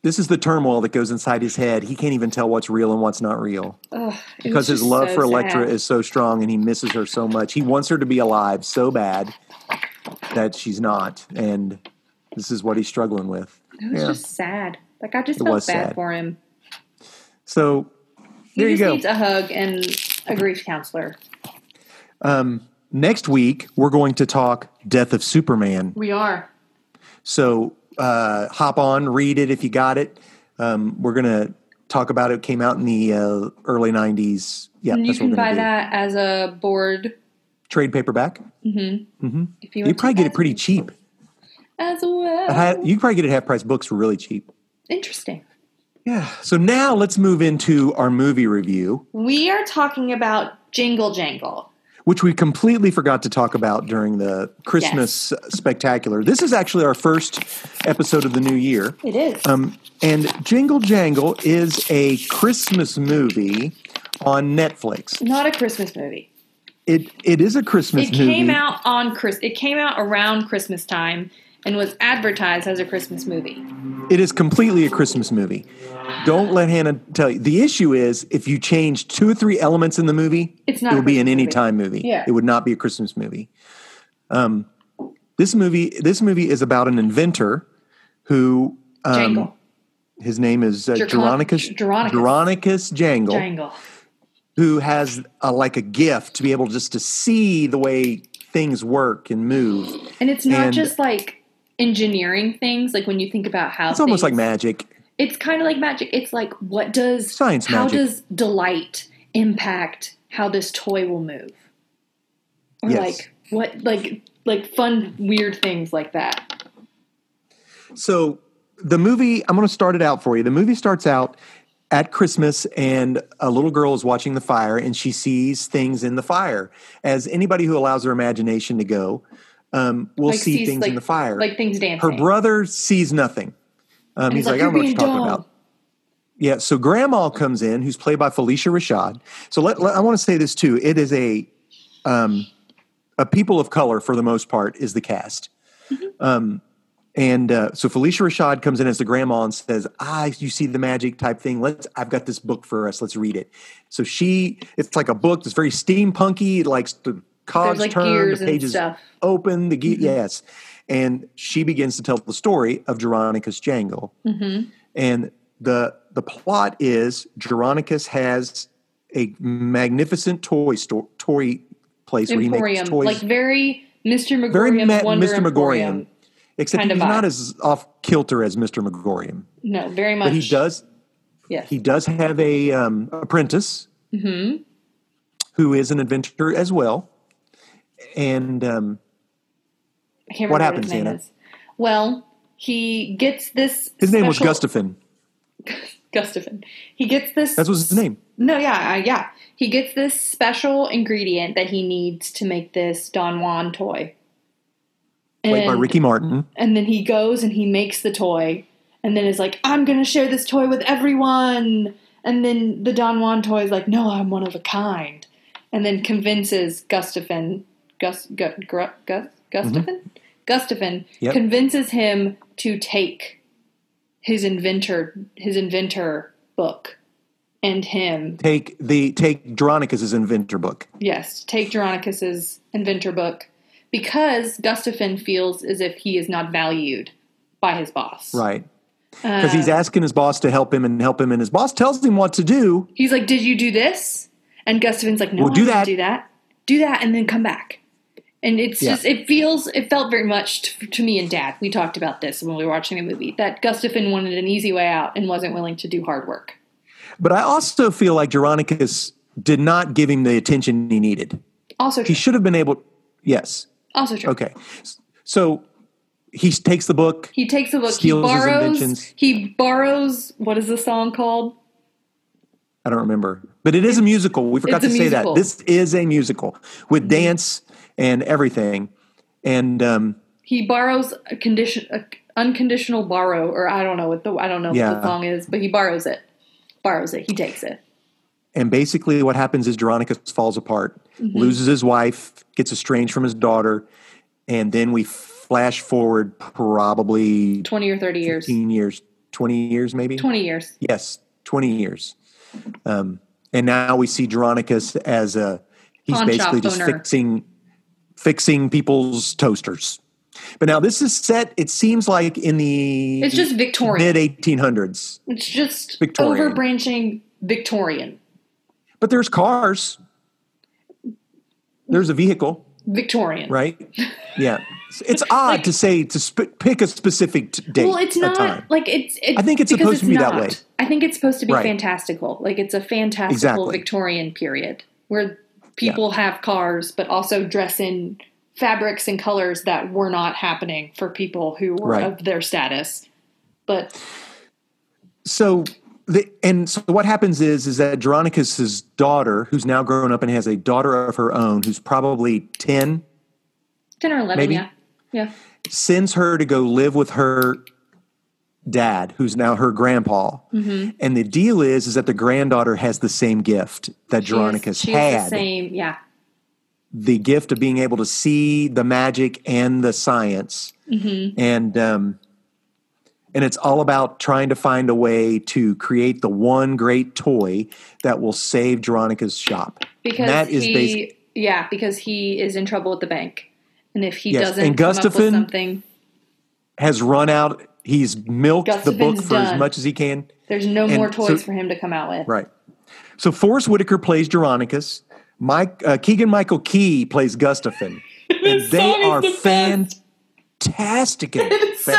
A: this is the turmoil that goes inside his head. He can't even tell what's real and what's not real.
B: Ugh, it
A: because
B: was
A: his
B: just
A: love
B: so
A: for Electra
B: sad.
A: is so strong and he misses her so much. He wants her to be alive so bad that she's not. And this is what he's struggling with.
B: it was
A: yeah.
B: just sad. Like I just
A: It
B: felt
A: was
B: bad
A: sad.
B: for him.
A: So
B: He
A: there you
B: just
A: go.
B: needs a hug and a grief counselor.
A: Next week, we're going to talk Death of Superman.
B: We are.
A: So uh, hop on, read it if you got it. Um, we're going to talk about it. Came out in the uh, early 90s. Yeah,
B: And you
A: that's what
B: can
A: we're going
B: buy
A: to do.
B: that as a board
A: Trade paperback.
B: if you
A: You
B: want
A: probably
B: to
A: get it pretty cheap.
B: as well.
A: Ha- You can probably get it at half price books for really cheap.
B: Interesting.
A: Yeah. So now let's move into our movie review,
B: We are talking about Jingle Jangle.
A: which we completely forgot to talk about during the Christmas spectacular. This is actually our first episode of the new year.
B: It is.
A: Um, and Jingle Jangle is a Christmas movie on Netflix.
B: Not a Christmas movie.
A: It it is a Christmas
B: It
A: movie.
B: came out on Chris it came out around Christmas time and was advertised as a Christmas movie.
A: It is completely a Christmas movie. Don't let Hannah tell you. The issue is if you change two or three elements in the movie,
B: It's not
A: it
B: a
A: would be an
B: Christmas movie.
A: any time movie.
B: Yeah.
A: It would not be a Christmas movie. Um, this movie this movie is about an inventor who um,
B: Jangle.
A: his name is uh,
B: Gercon-
A: Geronicus,
B: Geronicus.
A: Geronicus Jangle,
B: Jangle.
A: who has a, like a gift to be able just to see the way things work and move.
B: And it's not
A: And-
B: just like engineering things, like when you think about how
A: It's almost
B: things-
A: like magic.
B: it's kind of like magic. It's like what does
A: Science
B: how
A: magic.
B: does delight impact how this toy will move? Or
A: Yes.
B: like what like like fun weird things like that.
A: So the movie, I'm going to start it out for you. The movie starts out at Christmas, and a little girl is watching the fire, and she sees things in the fire. As anybody who allows her imagination to go, um, will
B: Like
A: see
B: sees,
A: things
B: like,
A: in the fire.
B: Like things dancing.
A: her brother sees nothing. Um, he's like, I
B: "You're
A: don't know what
B: being
A: you're talking
B: dumb."
A: about. Yeah, so Grandma comes in, who's played by Felicia Rashad. So let, let- I want to say this too. It is a um, a people of color for the most part is the cast.
B: Mm-hmm.
A: Um, and uh, so Felicia Rashad comes in as the grandma and says, "Ah, you see the magic type thing. Let's. I've got this book for us. Let's read it." So she, it's like a book that's very steampunky. It likes the cogs
B: There's like
A: turn,
B: gears
A: the
B: and
A: pages
B: stuff. Mm-hmm.
A: open the ge- yes and she begins to tell the story of geronicus jangle and the the plot is geronicus has a magnificent toy store toy place where he
B: Emporium.
A: makes toys
B: Like very Mr. Megorium
A: very ma-
B: Wonder
A: mr
B: Emporium.
A: megorium except
B: kind of
A: he's not
B: vibe.
A: as off kilter as mr megorium
B: No, very much.
A: but he does
B: Yes.
A: he does have a um, apprentice
B: Mm-hmm.
A: who is an inventor as well and um,
B: I can't
A: What
B: remember what,
A: happens,
B: his name
A: Hannah?
B: is. Well, he gets this
A: his name
B: special-
A: was gustafin
B: Gustafin. He gets this.
A: That was his name.
B: No, yeah, uh, yeah. He gets this special ingredient that he needs to make this Don Juan toy.
A: Played by Ricky Martin.
B: And then he goes and he makes the toy, and then is like, "I'm gonna share this toy with everyone." And then the Don Juan toy is like, "No, I'm one of a kind," and then convinces Gustafin, Gus, Gu- Gru Gus, Gustafin, Gustafin
A: Yep.
B: convinces him to take his inventor, his inventor book, and him
A: Take the take Dronicus's inventor book.
B: Yes, take Geronicus's inventor book because Gustafin feels as if he is not valued by his boss.
A: Right.
B: Uh,
A: Because he's asking his boss to help him and help him, and his boss tells him what to do.
B: He's like, "Did you do this?" And Gustavin's like, "No,
A: Well,
B: I
A: do
B: didn't
A: that."
B: do that, do that, and then come back." And it's
A: Yeah.
B: just it feels it felt very much to, to me and Dad. We talked about this when we were watching the movie that Gustafin wanted an easy way out and wasn't willing to do hard work.
A: But I also feel like Geronicus did not give him the attention he needed.
B: Also
A: He
B: true.
A: should have been able. Yes.
B: Also true.
A: Okay. So he takes the book.
B: He takes a look. He
A: Steals his
B: borrows.
A: inventions.
B: He borrows. What is the song called?
A: I don't remember, but it is a musical. We forgot
B: It's a
A: to say
B: musical. Mm-hmm.
A: that this is a musical with dance and everything. And um,
B: he borrows a condition a unconditional borrow or i don't know what the i don't know what
A: Yeah.
B: the song is but he borrows it borrows it he takes it
A: and basically, what happens is Geronicus falls apart,
B: Mm-hmm.
A: loses his wife, gets estranged from his daughter, and then we flash forward probably
B: 20 or 30 years
A: 15 years, 20 years maybe.
B: 20 years
A: Yes, 20 years. Um, and now we see Geronicus as a he's
B: Pawn shop
A: basically just
B: owner.
A: fixing fixing people's toasters. But now this is set it seems like in the
B: it's just
A: mid
B: victorian
A: 1800s.
B: it's just
A: Victorian.
B: overbranching victorian
A: But there's cars. There's a vehicle,
B: victorian
A: right?
B: [LAUGHS]
A: Yeah. It's- It's odd to say to sp- pick a specific t- date.
B: well it's
A: or
B: not
A: time.
B: like it's, it's
A: I think it's
B: because
A: supposed to be that
B: not.
A: way.
B: i think it's supposed to be
A: Right.
B: fantastical like it's a fantastical
A: Exactly.
B: victorian period where people have cars but also dress in fabrics and colors that were not happening for people who were
A: Right.
B: of their status but
A: so the, and so what happens is is that Geronicus's daughter, who's now grown up and has a daughter of her own, who's probably ten,
B: 10 or 11
A: Maybe.
B: yeah yeah
A: sends her to go live with her dad, who's now her grandpa.
B: Mm-hmm.
A: And the deal is is that the granddaughter has the same gift that
B: She has-
A: Geronicus
B: she has the
A: had,
B: same yeah
A: the gift of being able to see the magic and the science,
B: Mm-hmm.
A: and um, and it's all about trying to find a way to create the one great toy that will save Geronica's shop.
B: because
A: that is
B: he
A: basic-
B: yeah because he is in trouble at the bank and if he
A: Yes,
B: doesn't
A: and
B: come up with
A: Gustafin-
B: something
A: Has run out. He's milked the book
B: Gustavin's
A: for
B: done.
A: as much as he can.
B: there's no
A: and
B: more
A: so-
B: toys for him to come out with
A: Right. So Forrest Whitaker plays Geronicus. Mike uh, Keegan Michael Key plays
B: [LAUGHS]
A: Gustafin. and they
B: song is
A: are
B: the best.
A: fantastic.
B: [LAUGHS] It's so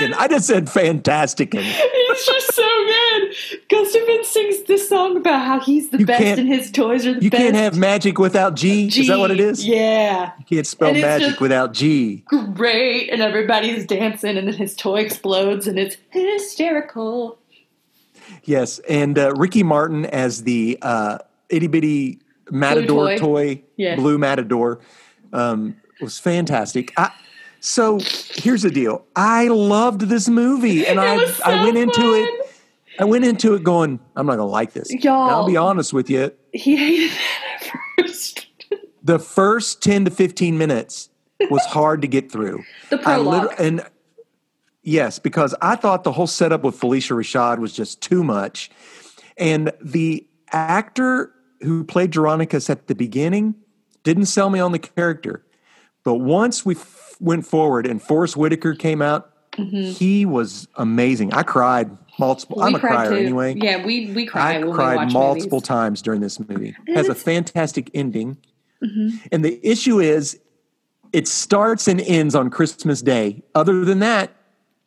B: good.
A: I just said fantastic.
B: [LAUGHS] it's just so good Gustafin sings this song about how he's the
A: You
B: best
A: can't-
B: and his toys are the
A: You
B: best
A: can't have magic without G. Is that what it
B: Gee,
A: is?
B: yeah
A: You can't spell
B: And it's
A: magic
B: just-
A: without G.
B: great and everybody's dancing and then his toy explodes and it's hysterical
A: Yes. And uh, Ricky Martin as the uh, itty bitty matador
B: toy.
A: toy,
B: Yes.
A: blue matador, um, was fantastic. I, so here's the deal I loved this movie,
B: [LAUGHS]
A: and I,
B: was so
A: I went into
B: fun.
A: it. I went into it going, I'm not gonna like this. And
B: Y'all.
A: I'll be honest with you.
B: he hated that at [LAUGHS] first
A: The first 10 to 15 minutes was hard to get through.
B: [LAUGHS] the
A: I
B: prologue
A: lit- and yes, because I thought the whole setup with Felicia Rashad was just too much, and the actor who played Geronicus at the beginning didn't sell me on the character. But once we f- went forward and Forrest Whitaker came out,
B: Mm-hmm.
A: he was amazing. I cried multiple. I'm a crier anyway.
B: Yeah, we we cry.
A: I
B: when we
A: cried
B: watch
A: multiple
B: movies.
A: times during this movie. has a fantastic ending.
B: Mm-hmm.
A: And the issue is it starts and ends on Christmas Day. Other than that,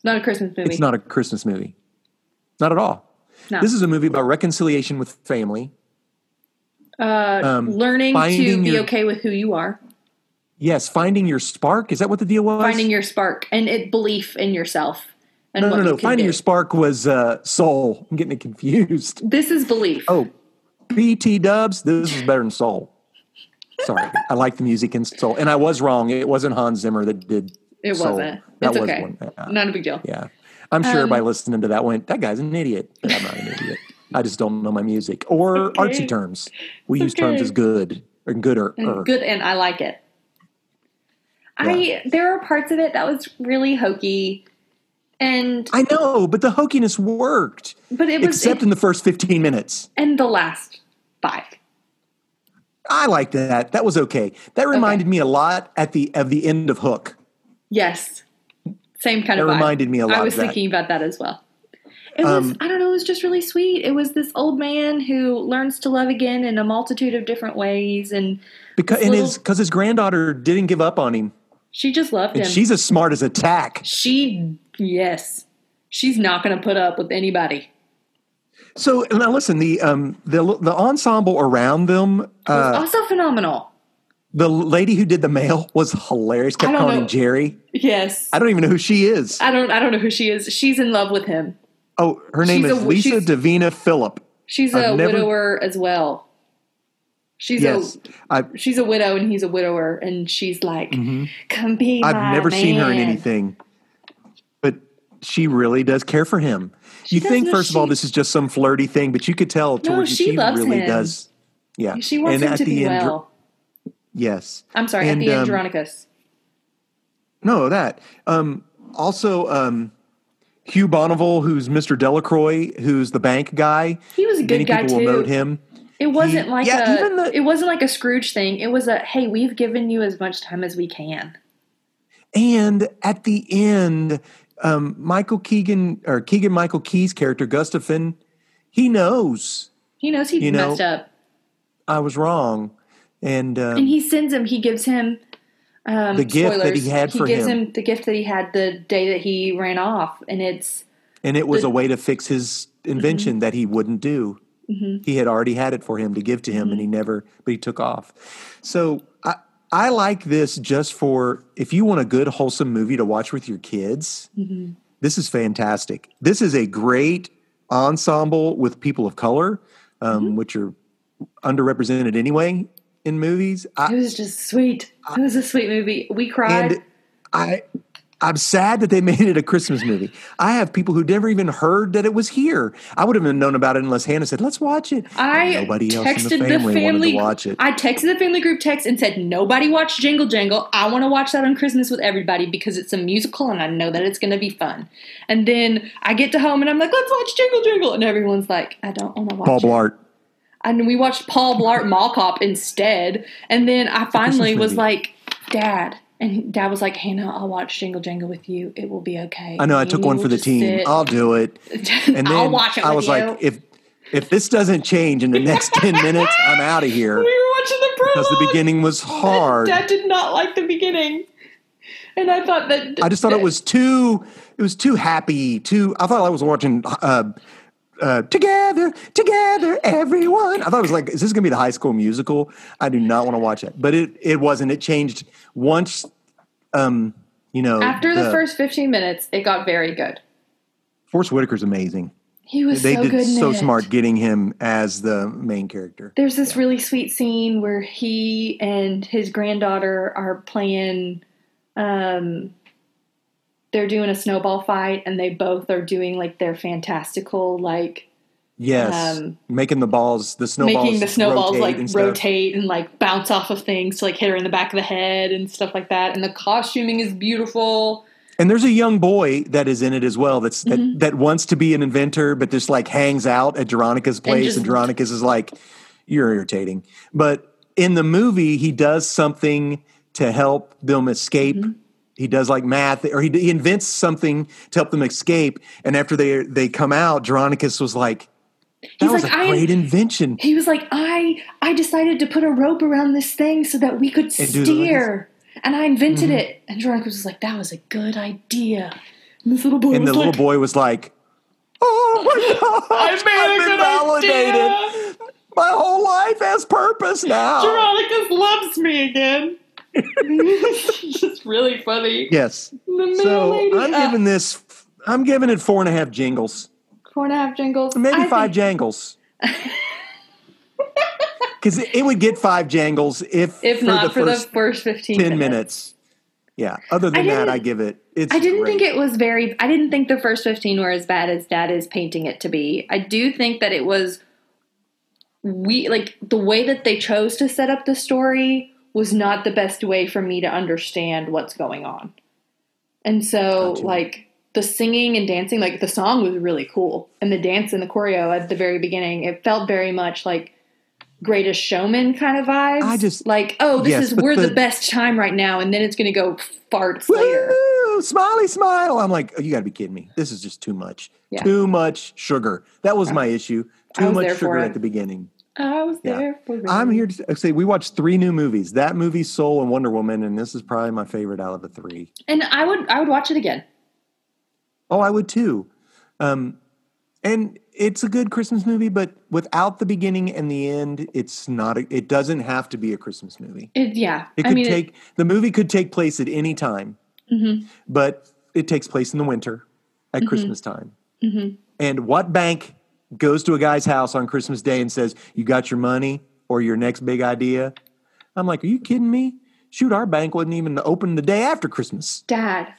B: Not a Christmas movie.
A: it's not a Christmas movie. Not at all.
B: No.
A: This is a movie about reconciliation with family.
B: uh,
A: um,
B: learning to
A: finding
B: be
A: your-
B: okay with who you are,
A: Yes, finding your spark. Is that what the deal was?
B: finding your spark and it belief in yourself, and
A: no,
B: what
A: no,
B: you
A: no.
B: can
A: Finding
B: do.
A: Your Spark was uh, Soul. I'm getting it confused. [LAUGHS]
B: This is belief.
A: Oh, BT Dubs. This is better than Soul. Sorry, I like the music in Soul, and I was wrong. It wasn't Hans Zimmer that did.
B: it
A: Soul.
B: wasn't.
A: That
B: it's
A: was
B: okay.
A: one. Yeah.
B: Not a big deal.
A: Yeah, I'm sure
B: Um,
A: by listening to that went. That guy's an idiot. But I'm not an idiot. I just don't know my music or
B: Okay.
A: Archie terms. We use terms
B: okay.
A: as good or gooder.
B: And
A: Or.
B: good, and I like it. I there are parts of it that was really hokey, and
A: I know, but the hokiness worked,
B: but it was
A: except in the first 15 minutes.
B: and the last five.
A: I liked that. That was okay. That reminded me a lot at the of the end of Hook.
B: Yes, same kind
A: That
B: of. vibe.
A: reminded me a lot
B: I was
A: of that.
B: thinking about that as well. It was
A: Um,
B: I don't know, it was just really sweet. It was this old man who learns to love again in a multitude of different ways and
A: because
B: This
A: and
B: little-
A: his because his granddaughter didn't give up on him,
B: she just loved
A: and
B: him.
A: she's as smart as a tack.
B: she yes. She's not going to put up with anybody.
A: So now listen, the um the the ensemble around them,
B: It was
A: uh,
B: also phenomenal.
A: the lady who did the mail was hilarious.
B: I
A: Kept
B: don't
A: calling
B: know.
A: him Jerry.
B: Yes.
A: I don't even know who she is.
B: I don't I don't know who she is. She's in love with him.
A: Oh, her name
B: She's
A: is
B: a-
A: Lisa
B: she's-
A: Davina Phillip.
B: She's
A: I've
B: a
A: never-
B: widower as well. She's
A: Yes,
B: a
A: I.
B: she's a widow and he's a widower and she's like
A: mhm.
B: come be my
A: I've never seen her in
B: Oh, man."
A: anything, but she really does care for him. you
B: does,
A: think,
B: no,
A: first of all,
B: she-
A: this is just some flirty thing, but you could tell
B: No,
A: towards she
B: she loves
A: really
B: him.
A: does. Yeah,
B: She wants him to be
A: end,
B: well.
A: yes,
B: I'm sorry,
A: And,
B: at the
A: um,
B: end, Geronicus.
A: no, that. Um, also, um, Hugh Bonneville, who's Mister Delacroix, who's the bank guy.
B: He was a
A: Many
B: good guy
A: people
B: too.
A: will note him.
B: It wasn't like
A: yeah,
B: a
A: even the-
B: it wasn't like a Scrooge thing. It was a hey, we've given you as much time as we can.
A: And at the end, um, Michael Keegan or Keegan Michael Key's character Gustafin, he knows
B: He knows he
A: You know,
B: messed up,
A: I was wrong, and, um,
B: and he sends him. He gives him um,
A: The gift that
B: spoilers.
A: he had for
B: gives
A: him.
B: him the gift that he had the day that he ran off, and it's
A: and it was
B: the-
A: a way to fix his invention that he wouldn't do. He had already had it for him to give to him, and he never. But he took off. So I I like this just for if you want a good wholesome movie to watch with your kids. This is fantastic. This is a great ensemble with people of color, um, which are underrepresented anyway in movies. I,
B: it was just sweet. It was a sweet movie. We cried.
A: and I, I'm sad that they [LAUGHS] made it a Christmas movie. I have people who never even heard that it was here. I would have known about it unless Hannah said, "Let's watch it."
B: I
A: And nobody
B: texted
A: else in the family, wanted to watch it.
B: I texted the family group text and said, "Nobody watched Jingle Jangle. I want to watch that on Christmas with everybody because it's a musical and I know that it's going to be fun." And then I get to home and I'm like, "Let's watch Jingle Jangle," and everyone's like, "I don't want to watch."
A: Paul
B: it."
A: Blart.
B: and we watched Paul Blart Mall Cop instead. And then I finally
A: Christmas
B: was
A: movie.
B: like, "Dad." And he- dad was like, Hannah, I'll watch Jingle Jangle with you. It will be okay.
A: I know. I
B: Me
A: took
B: and
A: one
B: you
A: for
B: will
A: the
B: just
A: team.
B: sit." [LAUGHS]
A: I'll do it. And then
B: I'll watch it
A: I
B: with
A: was
B: you."
A: like, if if this doesn't change in the next ten minutes, I'm out of
B: [LAUGHS] we
A: here
B: were watching the prologue.
A: because the beginning was hard.
B: Dad did not like the beginning, and I thought that
A: I just thought it was too. It was too happy. Too. I thought I was watching. Uh, uh, together, together, everyone. I thought it was like, is this going to be the High School Musical? I do not want to watch it, but it it wasn't. It changed once. Um, you know,
B: after the, first fifteen minutes, it got very good.
A: Force Whitaker's amazing.
B: He was
A: They
B: so
A: did
B: good, in
A: so
B: it.
A: smart getting him as the main character.
B: There's this really sweet scene where he and his granddaughter are playing. Um, they're doing a snowball fight, and they both are doing like their fantastical like
A: Yes,
B: um,
A: making the balls, the snowballs,
B: making the snowballs
A: rotate
B: like
A: and stuff.
B: rotate and like bounce off of things to like hit her in the back of the head and stuff like that. And the costuming is beautiful.
A: And there's a young boy that is in it as well. That's that,
B: Mm-hmm.
A: that wants to be an inventor, but just like hangs out at Geronica's place, and,
B: just-
A: Geronicus is like, "You're irritating." But in the movie, he does something to help them escape.
B: Mm-hmm.
A: He does like math, or he, he invents something to help them escape. And after they they come out, Geronicus was like, "That
B: He's
A: was
B: like,
A: a
B: "I-
A: great invention."
B: He was like, I I decided to put a rope around this thing so that we could
A: And do the Mm-hmm.
B: steer. And I invented it. And Geronicus was like, that was a good idea. And this little boy
A: And
B: was
A: the little
B: like,
A: boy was like, "Oh
B: [LAUGHS]
A: my gosh, I've been validated." Oh.
B: idea.
A: My whole life has purpose now.
B: Geronicus loves
A: [LAUGHS]
B: me again. [LAUGHS] it's just really funny.
A: Yes.
B: The middle
A: So
B: lady.
A: I'm
B: uh,
A: giving this I'm giving it four and a half jingles,
B: Four and a half jingles.
A: maybe
B: I
A: five
B: think- [LAUGHS]
A: jangles. Because it would get five jangles if,
B: if
A: for
B: not
A: the
B: for
A: first
B: the first 15
A: ten minutes. Yeah. Other than
B: I
A: that, I
B: didn't-
A: give it. It's.
B: I didn't
A: great.
B: think it was very. I didn't think the first 15 were as bad as Dad is painting it to be. I do think that it was. We like the way that they chose to set up the story was not the best way for me to understand what's going on. And so,
A: Gotcha.
B: like, the singing and dancing, like, the song was really cool. And the dance and the choreo at the very beginning, it felt very much like greatest showman kind of vibes.
A: I just-
B: like, oh, this
A: Yes,
B: is
A: but
B: we're the,
A: the-
B: best time right now, and then it's gonna go farts later.
A: Woo! Smiley smile. I'm like, oh, you got to be kidding me. This is just too much.
B: Yeah.
A: Too much sugar. That was my issue.
B: I
A: Too
B: was
A: much
B: there for
A: sugar
B: it. Mm-hmm.
A: at the beginning.
B: I was
A: Yeah.
B: there for Rain.
A: I'm here to say we watched three new movies. That movie, Soul and Wonder Woman, and this is probably my favorite out of the three.
B: and I would I would watch it again.
A: Oh, I would too. Um, and it's a good Christmas movie, but without the beginning and the end, it's not. A, it doesn't have to be a Christmas movie.
B: It, yeah,
A: It could
B: I mean, it-
A: take the movie could take place at any time,
B: Mhm.
A: but it takes place in the winter at
B: Mm-hmm.
A: Christmas time. And what bank goes to a guy's house on Christmas Day and says, "You got your money or your next big idea?" I'm like, "Are you kidding me? Shoot, our bank wasn't even open the day after Christmas."
B: Dad.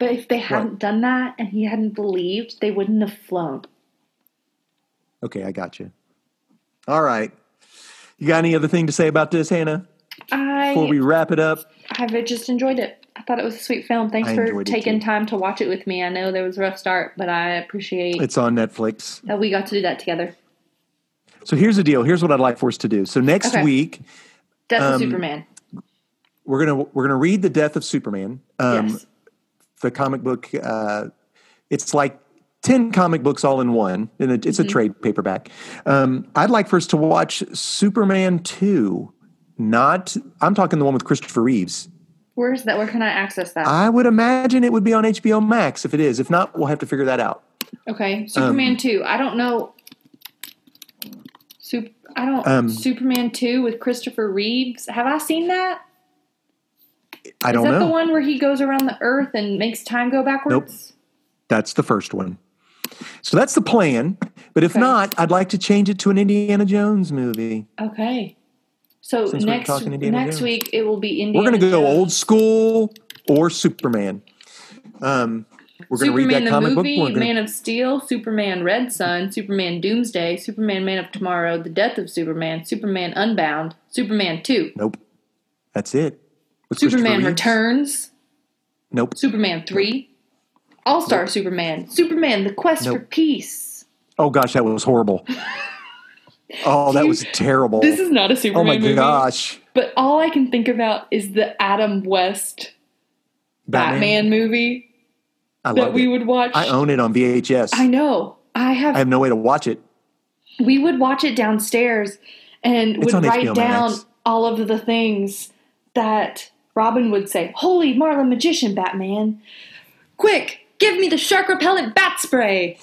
B: But if they hadn't done that and he hadn't believed, they wouldn't have flown.
A: Okay, I got you. All right, you got any other thing to say about this, Hannah?
B: I
A: Before we wrap it up,
B: I've just enjoyed it. I thought it was a sweet film. Thanks
A: I
B: for
A: enjoyed it
B: taking
A: too.
B: time to watch it with me. I know there was a rough start, but I appreciate
A: it's on Netflix.
B: that we got to do that together.
A: So here's the deal. Here's what I'd like for us to do. So next
B: Okay.
A: week,
B: Death
A: Um,
B: of Superman.
A: we're gonna we're gonna read the death of Superman. Um,
B: yes.
A: The comic book. Uh, it's like ten comic books all in one, and it,
B: Mm-hmm.
A: it's a trade paperback. Um, I'd like for us to watch Superman two. Not, I'm talking the one with Christopher Reeves.
B: Where is that? Where can I access that?
A: I would imagine it would be on HBO Max if it is. If not, we'll have to figure that out.
B: okay,
A: um,
B: Superman two. I don't know. Sup- I don't.
A: Um,
B: Superman two with Christopher Reeves. Have I seen that?
A: I don't
B: Is that
A: know.
B: the one where he goes around the earth and makes time go backwards?
A: That's the first one. So that's the plan. But if
B: Okay.
A: not, I'd like to change it to an Indiana Jones movie.
B: Okay. So
A: Since we're
B: next
A: talking Indiana
B: next
A: Jones.
B: week it will be
A: We're
B: Indiana.
A: going to go
B: Jones.
A: old school or Superman. Um, we're going to read
B: Superman
A: that
B: the
A: comic
B: movie,
A: book. We're gonna-
B: Man of Steel, Superman Red Sun, Superman Doomsday, Superman Man of Tomorrow, The Death of Superman, Superman Unbound, Superman Two,
A: nope. That's it. With Christopher
B: Superman
A: Reeves?
B: Returns,
A: Nope.
B: Superman Three, All Star Superman, Superman The Quest for
A: Nope.
B: Peace.
A: Oh gosh, that was
B: [LAUGHS]
A: horrible. oh, that was terrible.
B: This is not a
A: oh
B: Superman
A: my
B: movie,
A: gosh.
B: but all I can think about is the Adam West Batman, movie
A: I
B: that
A: love
B: we
A: it.
B: would watch.
A: I own it on VHS.
B: I know. I have
A: I have no way to watch it.
B: we would watch it downstairs and
A: It's
B: would
A: on
B: write
A: HBO
B: down
A: Max.
B: all of the things that Robin would say. Holy Marla Magician Batman. Quick, give me the shark repellent bat spray.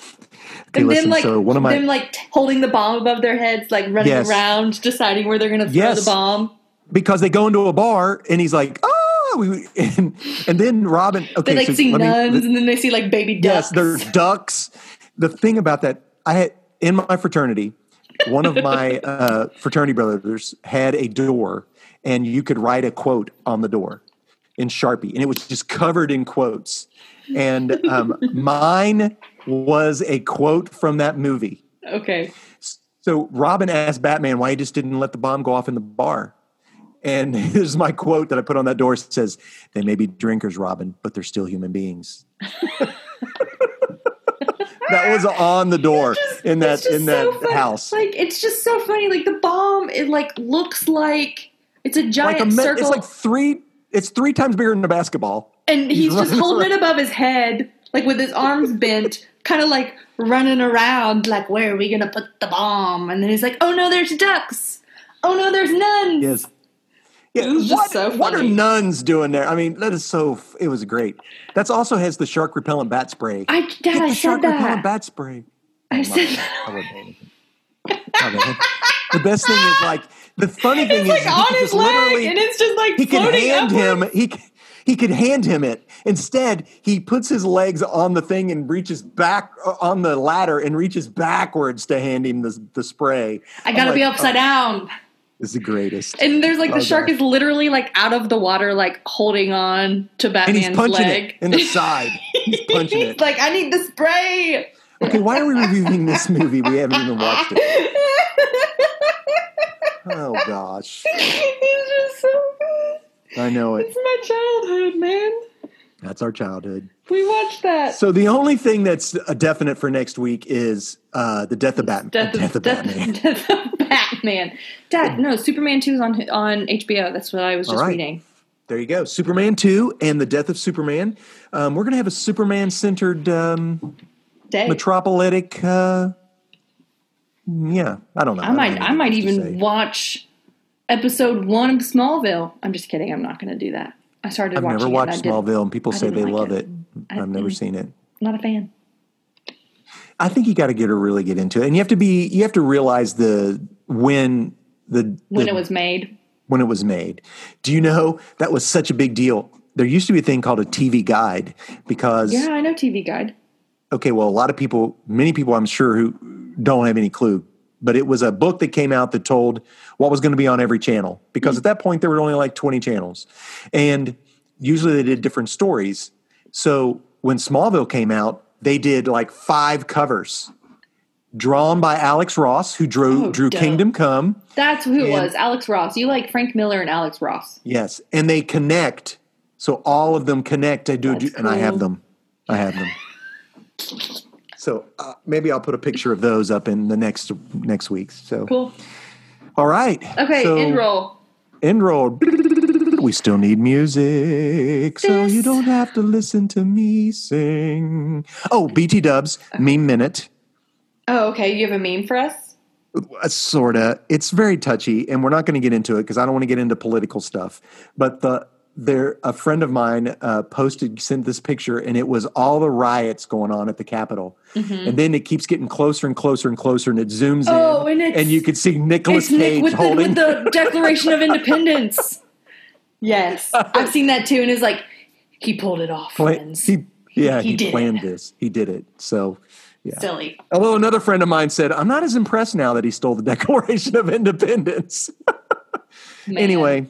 A: Okay,
B: and
A: listen,
B: then like
A: so one of my-
B: them like t- holding the bomb above their heads, like running
A: Yes.
B: around, deciding where they're gonna throw
A: Yes.
B: the bomb.
A: because they go into a bar and he's like, oh, we, [LAUGHS] and, and then Robin. Okay,
B: They like
A: so
B: see
A: let me-
B: nuns and then they see like baby
A: yes,
B: ducks.
A: there's ducks. The thing about that, I had in my fraternity, one of
B: [LAUGHS]
A: my uh, fraternity brothers had a door, and you could write a quote on the door in Sharpie, and it was just covered in quotes. And
B: [LAUGHS]
A: um, mine was a quote from that movie.
B: okay.
A: So Robin asked Batman why he just didn't let the bomb go off in the bar. And [LAUGHS] here's my quote that I put on that door It says, They may be drinkers, Robin, but they're still human beings. [LAUGHS] that was on the door in that
B: It's just
A: in that
B: so funny.
A: house.
B: Like it's just so funny. Like the bomb, it like looks like it's a giant
A: Like a me-
B: circle,
A: it's like three it's three times bigger than a basketball.
B: and he's,
A: he's [LAUGHS]
B: just
A: running
B: holding it above his head, like with his arms bent, kind of like running around, like where are we gonna put the bomb? And then he's like, oh no, there's ducks. Oh no, there's nuns.
A: Yes. Yeah,
B: It was just
A: what,
B: so
A: what are
B: funny.
A: nuns doing there? I mean, that is so. f- It was great. That's also has the shark repellent bat spray.
B: I
A: Get
B: dad,
A: the
B: I
A: shark
B: said
A: repellent
B: that.
A: bat spray.
B: I
A: my
B: said
A: God.
B: that.
A: I wouldn't pay anything. I wouldn't. The best thing is like the funny thing
B: It's like
A: is he
B: on
A: could
B: his
A: just
B: leg,
A: literally
B: and it's just like
A: he can
B: floating
A: hand him
B: upward.
A: he c- He could hand him it. Instead, he puts his legs on the thing and reaches back uh, on the ladder and reaches backwards to hand him the, the spray.
B: I gotta
A: I'm
B: be
A: like,
B: upside
A: oh,
B: down.
A: This is the greatest.
B: And there's like
A: Oh,
B: the shark
A: God.
B: is literally like out of the water, like holding on to
A: And
B: Batman's
A: he's punching
B: leg.
A: it in
B: [LAUGHS]
A: the side. He's punching it.
B: like, I need the spray.
A: Okay, why are we reviewing
B: [LAUGHS]
A: this movie? We haven't even watched it. Oh gosh,
B: it's just so good.
A: I know it.
B: It's my childhood, man.
A: That's our childhood.
B: We watched that.
A: So the only thing that's a definite for next week is uh, the death of Batman.
B: Death of,
A: death of
B: Death-
A: Batman.
B: [LAUGHS]
A: Oh.
B: Death of Batman. Dad, no, Superman 2 is on on HBO. That's what I was
A: All
B: just
A: right.
B: reading.
A: There you go. Superman 2 and the death of Superman. Um, we're going to have a Superman centered um,
B: Day.
A: metropolitic. Uh, yeah, I don't know.
B: I
A: don't
B: might
A: have
B: I might
A: anything else to
B: even
A: say.
B: watch episode 1 of Smallville. I'm just kidding. I'm not going to do that. I started
A: I've
B: watching
A: never
B: it,
A: watched
B: and I didn't-
A: Smallville, and people
B: I
A: say they
B: didn't like
A: love
B: it.
A: it.
B: I-
A: I've never
B: mm.
A: seen it.
B: Not a fan.
A: I think you got to get to really get into it, and you have to be. You have to realize the when the
B: When
A: the-
B: it was made.
A: when it was made. Do you know that was such a big deal? There used to be a thing called a TV guide because
B: Yeah, I know TV Guide.
A: okay, well, a lot of people, many people, I'm sure, who don't have any clue, but it was a book that came out that told what was going to be on every channel because
B: Mm.
A: at that point there were only like 20 channels, and usually they did different stories. So when Smallville came out, they did like five covers. Drawn by Alex Ross, who drew
B: Oh,
A: drew
B: dope.
A: Kingdom Come,
B: That's who
A: And-
B: it was. Alex Ross. You like Frank Miller and Alex Ross.
A: Yes, and they connect. So all of them connect. I do,
B: That's
A: and I have
B: cool.
A: them. I have them. so uh, maybe I'll put a picture of those up in the next next week. So
B: Cool.
A: all right.
B: Okay,
A: so,
B: end roll.
A: End roll. We still need music, so you
B: This-
A: don't have to listen to me sing. Oh, BT Dubs, meme minute.
B: Oh, okay. You have a meme for us?
A: sort of Uh, it's very touchy and we're not going to get into it because i don't want to get into political stuff but the there a friend of mine uh, posted sent this picture and it was all the riots going on at the capitol and then it keeps getting closer and closer and closer and it zooms
B: Mm-hmm. Oh,
A: in
B: and it's-
A: you can see nicholas
B: It's
A: cage
B: Nick with the,
A: holding
B: with the Declaration
A: [LAUGHS]
B: of Independence. Yes. I've seen that too, and it's like, he pulled it off,
A: Pla-
B: friends.
A: he, yeah
B: He
A: he,
B: did it.
A: planned this he did it so yeah
B: Silly.
A: although another friend of mine said i'm not as impressed now that he stole the [LAUGHS] declaration of independence [LAUGHS]
B: Man.
A: Anyway,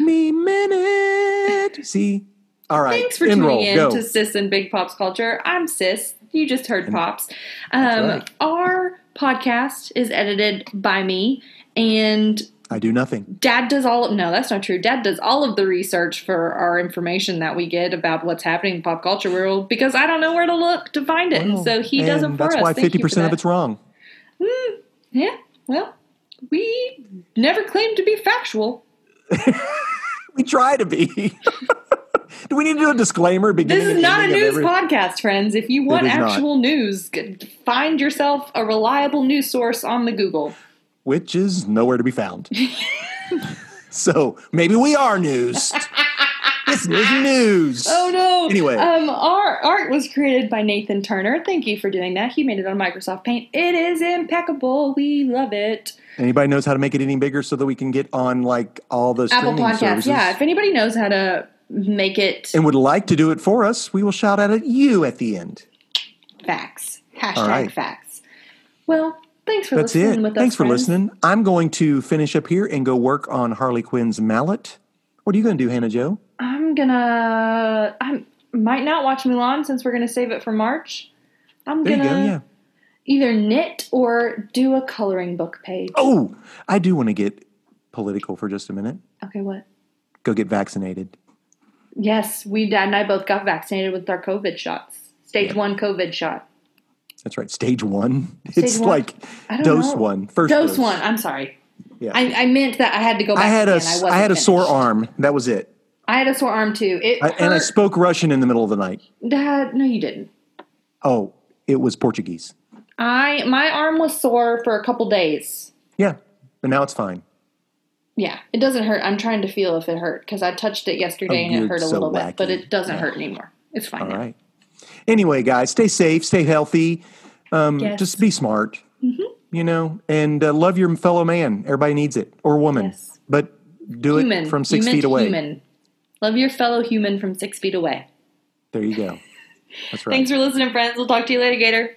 A: me minute. See, all right.
B: Thanks for
A: End
B: tuning
A: roll,
B: in
A: go.
B: to Sis and Big Pops Culture. I'm Sis. You just heard Pops. Um,
A: right.
B: Our podcast is edited by me, and
A: I do nothing.
B: Dad does all. No, that's not true. Dad does all of the research for our information that we get about what's happening in pop culture world because I don't know where to look to find it, and so he
A: and
B: does it for
A: That's
B: us.
A: why
B: Thank you for
A: percent of
B: that.
A: it's wrong.
B: Yeah, well, we never claimed to be factual.
A: We try to be. [LAUGHS] do we need to do a disclaimer? Beginning
B: This is
A: and
B: not a
A: ending of
B: news
A: every-
B: podcast, friends. If you want
A: is not.
B: actual news, g- find yourself a reliable news source on the Google.
A: which is nowhere to be
B: [LAUGHS]
A: found. so maybe we are news.
B: [LAUGHS]
A: this is news.
B: Oh no!
A: Anyway.
B: um, our art was created by Nathan Turner. Thank you for doing that. He made it on Microsoft Paint. It is impeccable. We love it.
A: Anybody knows how to make it any bigger so that we can get on like all the
B: Apple
A: streaming
B: Podcasts.
A: services?
B: Yeah, if anybody knows how to make it
A: And would like to do it for us, we will shout out at you at the end.
B: facts. Hashtag
A: right.
B: facts. Well, thanks for
A: That's
B: listening
A: it.
B: with us.
A: Thanks for
B: friends.
A: listening. I'm going to finish up here and go work on Harley Quinn's mallet. What are you going to do, Hannah Joe?
B: I'm gonna. I might not watch Mulan since we're gonna save it for March. I'm
A: There
B: gonna
A: you go. Yeah.
B: either knit or do a coloring book page.
A: Oh, I do want to get political for just a minute.
B: Okay, what?
A: Go get vaccinated.
B: Yes, we dad and I both got vaccinated with our COVID shots. Stage
A: Yeah.
B: one COVID shot.
A: That's right. Stage one.
B: Stage
A: it's
B: one?
A: like
B: I don't
A: dose
B: know.
A: one. First
B: dose,
A: dose,
B: one. I'm sorry.
A: Yeah. I,
B: I, I meant that I had to go back.
A: had a
B: again. I
A: s-
B: wasn't
A: I had a
B: finished.
A: sore arm. That was it.
B: I had a sore arm too. It
A: I, and I
B: hurt.
A: spoke Russian in the middle of the night.
B: dad, no, you didn't.
A: Oh, it was Portuguese.
B: I my arm was sore for a couple days.
A: Yeah. But now it's fine.
B: Yeah, it doesn't hurt. I'm trying to feel if it hurt because I touched it yesterday
A: Oh,
B: and it
A: you're
B: hurt a
A: so
B: little bit, but
A: wacky.
B: it doesn't hurt anymore. It's fine.
A: All
B: now.
A: right. Anyway, guys, stay safe, stay healthy. Um,
B: Yes. Mm-hmm.
A: Just be smart, you know, and uh, love your fellow man. Everybody needs it or woman,
B: Yes.
A: but do
B: Human.
A: it from six
B: You meant
A: feet away.
B: Human. Love your fellow human from six feet away.
A: There you
B: [LAUGHS]
A: go. That's right.
B: Thanks for listening, friends. We'll talk to you later, Gator.